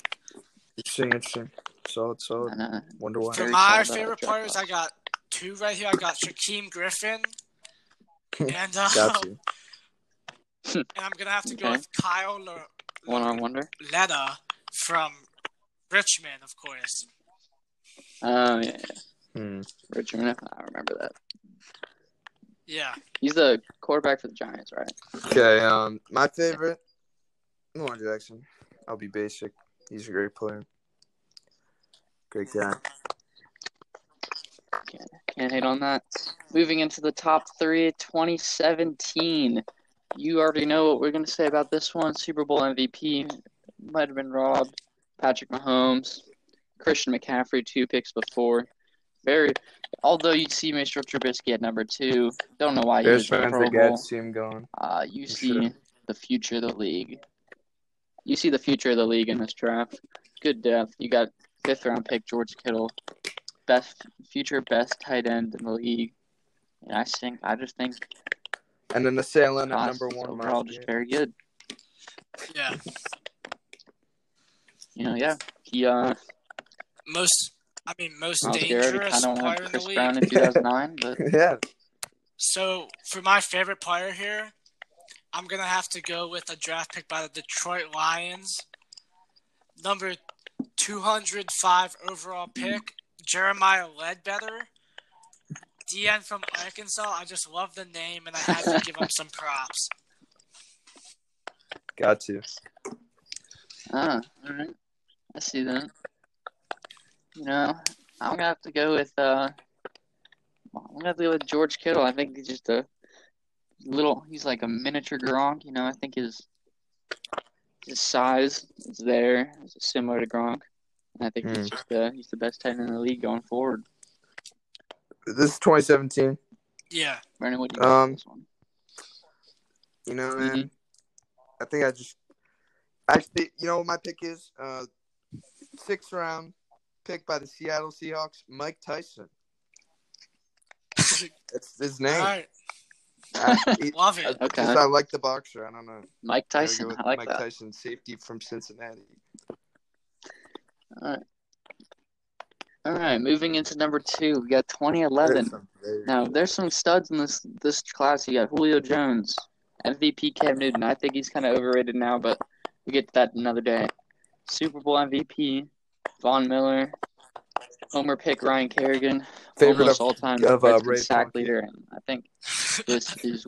Speaker 3: Interesting, interesting. Solid, solid.
Speaker 2: And, uh,
Speaker 3: Wonder why.
Speaker 1: For
Speaker 2: Very
Speaker 1: my
Speaker 2: solid, uh,
Speaker 1: favorite
Speaker 2: draft
Speaker 1: players, I got two right here. I got Shaquem Griffin, and uh,
Speaker 3: Got you.
Speaker 1: [LAUGHS] and I'm gonna have to go
Speaker 2: Okay.
Speaker 1: with Kyle Le-
Speaker 2: one on wonder.
Speaker 1: Letta from Richmond, of course.
Speaker 2: Oh, yeah. yeah.
Speaker 3: Hmm.
Speaker 2: Richmond. I remember that.
Speaker 1: Yeah,
Speaker 2: He's the quarterback for the Giants, right?
Speaker 3: Okay, um, my favorite, Lamar Jackson. I'll be basic. He's a great player. Great guy.
Speaker 2: Can't hate on that. Moving into the top three, 2017. You already know what we're going to say about this one. Super Bowl MVP might have been robbed. Patrick Mahomes, Christian McCaffrey, two picks before. Very, although you see Mitchell Trubisky at number two, don't know why
Speaker 3: There's
Speaker 2: he was
Speaker 3: fans
Speaker 2: Pro
Speaker 3: that got
Speaker 2: Bowl.
Speaker 3: to see him going.
Speaker 2: Uh, you
Speaker 3: for
Speaker 2: see
Speaker 3: sure.
Speaker 2: the future of the league. You see the future of the league in this draft. Good depth. You got fifth round pick George Kittle, best future best tight end in the league. And I think I just think
Speaker 3: And then the sailing at
Speaker 2: Cost
Speaker 3: number
Speaker 2: is
Speaker 3: one.
Speaker 2: overall
Speaker 3: last
Speaker 2: just
Speaker 3: year.
Speaker 2: very good.
Speaker 1: Yeah.
Speaker 2: You know, yeah. He uh
Speaker 1: Most, I mean, most
Speaker 2: Miles Garrett
Speaker 1: dangerous
Speaker 2: kind of
Speaker 1: player
Speaker 2: wanted
Speaker 1: in the
Speaker 2: Chris
Speaker 1: league.
Speaker 2: Brown in 2009, but
Speaker 3: [LAUGHS] yeah.
Speaker 1: So for my favorite player here, I'm gonna have to go with a draft pick by the Detroit Lions, number 205 overall pick, Jeremiah Ledbetter, DN from Arkansas. I just love the name, and I had to give him some props.
Speaker 3: Got to.
Speaker 2: ah, all right. I see that. You know, I'm gonna have to go with uh I'm gonna have to go with George Kittle. I think he's just a little he's like a miniature Gronk, you know, I think his his size is there. It's similar to Gronk. And I think
Speaker 3: Hmm.
Speaker 2: he's just uh, he's the best tight end in the league going forward.
Speaker 3: This is 2017.
Speaker 1: Yeah, [LAUGHS]
Speaker 2: Brandon, what do you think
Speaker 3: Um,
Speaker 2: of this one?
Speaker 3: You know,
Speaker 2: Mhm.
Speaker 3: man.
Speaker 2: Mm-hmm.
Speaker 3: I think I just. Actually, you know what my pick is? Uh, sixth round pick by the Seattle Seahawks, Mike Tyson. That's his name.
Speaker 1: all right,
Speaker 3: I, he-
Speaker 1: love it.
Speaker 2: [LAUGHS] Okay.
Speaker 3: just uh, I like the boxer. I don't know.
Speaker 2: Mike
Speaker 3: Gotta go
Speaker 2: Tyson.
Speaker 3: with
Speaker 2: I like
Speaker 3: Mike
Speaker 2: that.
Speaker 3: Tyson, safety from Cincinnati.
Speaker 2: All right, moving into number two, we got 2011. Now, there's some studs in this this class. You got Julio Jones, MVP Cam Newton. I think he's kind of overrated now, but we get to that another day. Super Bowl MVP, Von Miller, Homer pick Ryan Kerrigan,
Speaker 3: Favorite
Speaker 2: almost
Speaker 3: of,
Speaker 2: all time
Speaker 3: of, uh, Ray
Speaker 2: sack
Speaker 3: Kroc.
Speaker 2: leader. And I think this is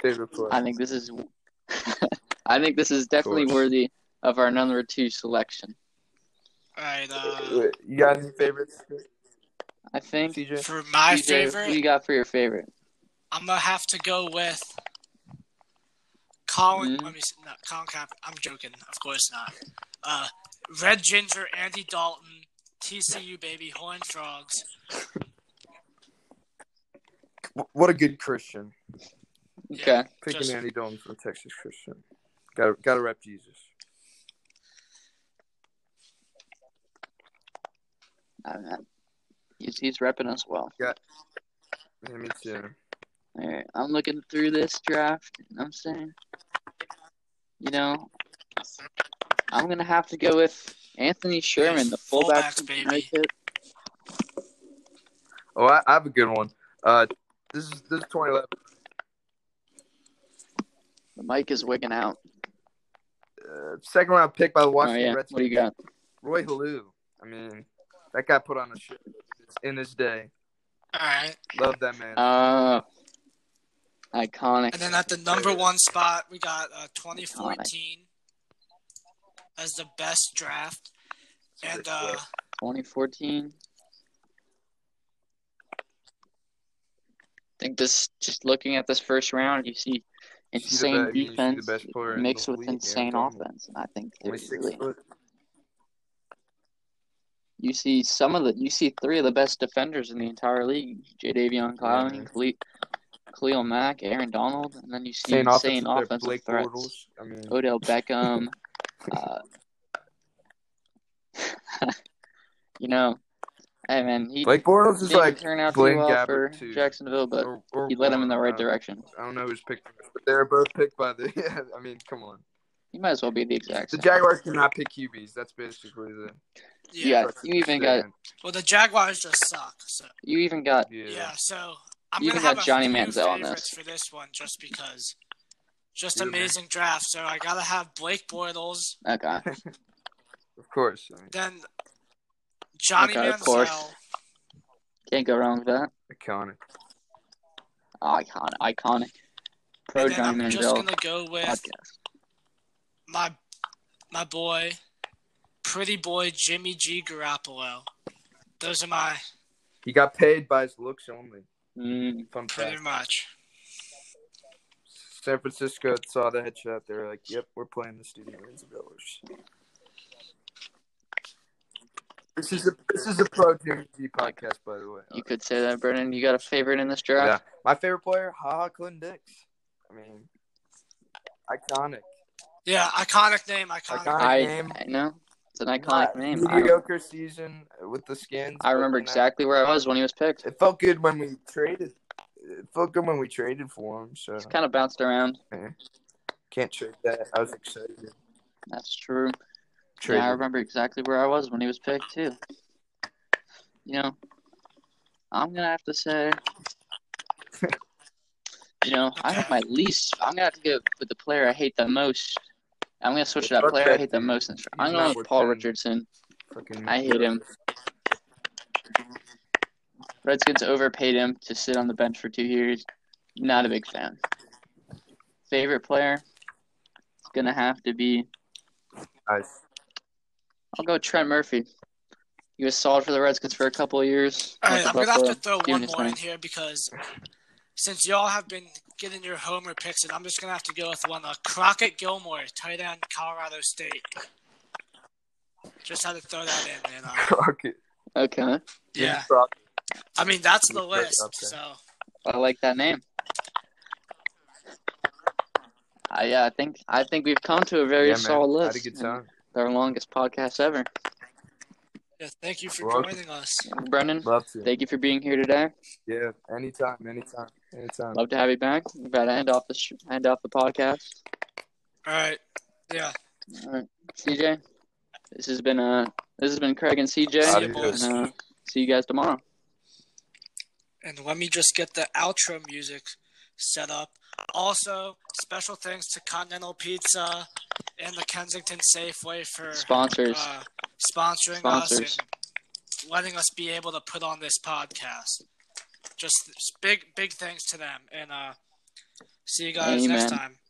Speaker 3: favorite player.
Speaker 2: I think this is [LAUGHS] I think this is definitely
Speaker 3: course.
Speaker 2: worthy of our number two selection.
Speaker 1: All right, uh,
Speaker 3: Wait, You got any favorites?
Speaker 2: I think
Speaker 3: CJ?
Speaker 1: for my
Speaker 2: TJ, Who you
Speaker 1: favorite,
Speaker 2: got for your favorite?
Speaker 1: I'm gonna have to go with Colin.
Speaker 2: Mhm.
Speaker 1: Let me see, no, Colin Cap. I'm joking, of course not. Uh, Red Ginger, Andy Dalton, TCU baby, Horn Frogs.
Speaker 3: What a good Christian.
Speaker 1: Yeah.
Speaker 2: Okay.
Speaker 3: Picking
Speaker 1: Just-
Speaker 3: Andy Dalton from Texas Christian. Got got to rep Jesus.
Speaker 2: I'm not- Uh, He's, he's repping us well.
Speaker 3: Yeah, me too.
Speaker 2: All right, I'm looking through this draft. And I'm saying, you know, I'm gonna have to go with Anthony Sherman, the fullback
Speaker 1: Fullbacks,
Speaker 2: from
Speaker 1: baby.
Speaker 2: Connecticut.
Speaker 3: Oh, I, I have a good one. Uh, this is this is 2011.
Speaker 2: The mic is wigging out.
Speaker 3: Uh, second round pick by the
Speaker 2: Oh
Speaker 3: Washington
Speaker 2: yeah, what
Speaker 3: Redskins.
Speaker 2: do you got?
Speaker 3: Roy Halou. I mean, that guy put on a show in his day.
Speaker 1: All right.
Speaker 3: Love that man.
Speaker 2: Uh,
Speaker 1: And
Speaker 2: iconic.
Speaker 1: then at the number one spot, we got uh, 2014 as the best draft. And uh,
Speaker 2: 2014. I think this, just looking at this first round, you see
Speaker 3: You see the
Speaker 2: insane
Speaker 3: best- you see the
Speaker 2: defense
Speaker 3: best player in
Speaker 2: mixed
Speaker 3: the
Speaker 2: with
Speaker 3: league,
Speaker 2: insane
Speaker 3: Aaron Donald.
Speaker 2: offense, and I think they're
Speaker 3: Only six
Speaker 2: really-
Speaker 3: foot.
Speaker 2: you see some of the you see three of the best defenders in the entire league: Jadavion Clowney, Khalil, Khalil Mack, Aaron Donald, and then you see
Speaker 3: Insane
Speaker 2: insane
Speaker 3: offensive player,
Speaker 2: offensive
Speaker 3: Blake
Speaker 2: threats.
Speaker 3: Bortles. I mean,
Speaker 2: Odell Beckham.
Speaker 3: [LAUGHS]
Speaker 2: uh, [LAUGHS] you know, hey man, he
Speaker 3: Blake Bortles is
Speaker 2: didn't
Speaker 3: like
Speaker 2: turn out too
Speaker 3: Blaine
Speaker 2: well
Speaker 3: Gabbert
Speaker 2: for
Speaker 3: too.
Speaker 2: Jacksonville, but
Speaker 3: or, or
Speaker 2: he led him in the
Speaker 3: Warren.
Speaker 2: right
Speaker 3: I-
Speaker 2: direction.
Speaker 3: I don't know who's picked, but they're both picked by the. [LAUGHS] Yeah, I mean, come on.
Speaker 2: He might as well be the exact
Speaker 3: The
Speaker 2: same.
Speaker 3: Jaguars cannot pick QBs. That's basically the.
Speaker 1: yeah.
Speaker 2: Yeah, you even got
Speaker 1: Well, the Jaguars just suck. So
Speaker 2: you even
Speaker 3: [LAUGHS]
Speaker 2: got
Speaker 3: Yeah.
Speaker 1: yeah. so I'm
Speaker 2: You
Speaker 1: gonna
Speaker 2: even got
Speaker 1: have a
Speaker 2: Johnny
Speaker 1: few
Speaker 2: Manziel on
Speaker 1: favorites
Speaker 2: this.
Speaker 1: for this one, just because. Just
Speaker 3: Yeah, man.
Speaker 1: amazing draft. So I gotta have Blake Bortles,
Speaker 2: that guy.
Speaker 3: Of course. I mean,
Speaker 1: then Johnny
Speaker 2: Okay, of course.
Speaker 1: Manziel,
Speaker 2: Can't go wrong with that.
Speaker 3: iconic.
Speaker 2: Icon, iconic. Pro
Speaker 1: and then
Speaker 2: Johnny
Speaker 1: I'm just
Speaker 2: Manziel
Speaker 1: gonna go with
Speaker 2: podcast.
Speaker 1: my my boy, pretty boy Jimmy G Garoppolo. Those are my
Speaker 3: He got paid by his looks only.
Speaker 2: Mm,
Speaker 3: Fun
Speaker 1: pretty
Speaker 3: fact.
Speaker 1: much.
Speaker 3: San Francisco saw the headshot. They were like, "Yep, we're playing this dude millions of dollars." This is a this is a pro Jimmy G podcast, by the way.
Speaker 2: You could say that, Brennan. You got a favorite in this draft?
Speaker 3: My favorite player, haha, Clinton Dix. I mean, iconic.
Speaker 1: Yeah, iconic name, iconic.
Speaker 3: Iconic.
Speaker 1: name.
Speaker 2: I,
Speaker 3: name.
Speaker 2: I know. It's an
Speaker 3: Not
Speaker 2: iconic name. I,
Speaker 3: Mediocre season with the skins.
Speaker 2: I remember
Speaker 3: but now-
Speaker 2: exactly where I was when he was picked.
Speaker 3: It felt good when we traded. It felt good when we traded for him. So
Speaker 2: It's kind of bounced around.
Speaker 3: can't trade that. I was excited.
Speaker 2: That's true.
Speaker 3: Traded.
Speaker 2: Yeah, I remember exactly where I was when he was picked too. You know, I'm gonna have to say, you know, I have my least. I'm gonna have to go with the player I hate the most. I'm gonna switch it up.
Speaker 3: Fuck
Speaker 2: Player I
Speaker 3: that
Speaker 2: hate the
Speaker 3: dude.
Speaker 2: most. in this
Speaker 3: He's
Speaker 2: round. I'm
Speaker 3: not
Speaker 2: going with
Speaker 3: worth
Speaker 2: Paul
Speaker 3: paying.
Speaker 2: Richardson.
Speaker 3: Fucking-
Speaker 2: I hate him. Redskins overpaid him to sit on the bench for two years. Not a big fan. Favorite player? It's gonna have to be.
Speaker 3: Nice. [LAUGHS]
Speaker 2: I'll go with Trent Murphy. He was solid for the Redskins for a couple of
Speaker 1: [CLEARS THROAT]
Speaker 2: years.
Speaker 1: All right,
Speaker 2: Went to
Speaker 1: I'm gonna have
Speaker 2: Buffalo,
Speaker 1: to throw
Speaker 2: doing
Speaker 1: one
Speaker 2: his
Speaker 1: more in
Speaker 2: thing.
Speaker 1: here because since y'all have been getting your homer picks, and I'm just gonna have to go with one. Uh, Crockett Gilmore, tight end, Colorado State. Just had to throw that in, man. Uh,
Speaker 3: Okay.
Speaker 2: Okay,
Speaker 1: yeah,
Speaker 3: Fuck.
Speaker 1: I mean that's the
Speaker 3: He's great
Speaker 1: list.
Speaker 3: up there.
Speaker 1: So
Speaker 2: I like that name. I yeah, I think I think we've come to a very
Speaker 3: Yeah, man.
Speaker 2: solid list.
Speaker 3: Had a good time.
Speaker 2: It's Our longest podcast ever.
Speaker 1: yeah, thank you for
Speaker 3: Well,
Speaker 1: joining us.
Speaker 2: Brendan,
Speaker 3: Love to.
Speaker 2: thank you for being here today.
Speaker 3: yeah. Anytime. Anytime. Anytime.
Speaker 2: Love to have you back. We're about to end off the sh- end off the podcast.
Speaker 1: All right, yeah,
Speaker 2: All right, CJ, this has been uh this has been Craig and
Speaker 1: see
Speaker 2: CJ.
Speaker 1: you
Speaker 3: Adios.
Speaker 1: boys.
Speaker 2: And, uh, see you guys tomorrow.
Speaker 1: And let me just get the outro music set up. Also, special thanks to Continental Pizza and the Kensington Safeway for
Speaker 2: Sponsors.
Speaker 1: uh, sponsoring
Speaker 2: Sponsors.
Speaker 1: us and letting us be able to put on this podcast. Just big, big thanks to them. And uh, see you guys next
Speaker 2: Amen.
Speaker 1: time.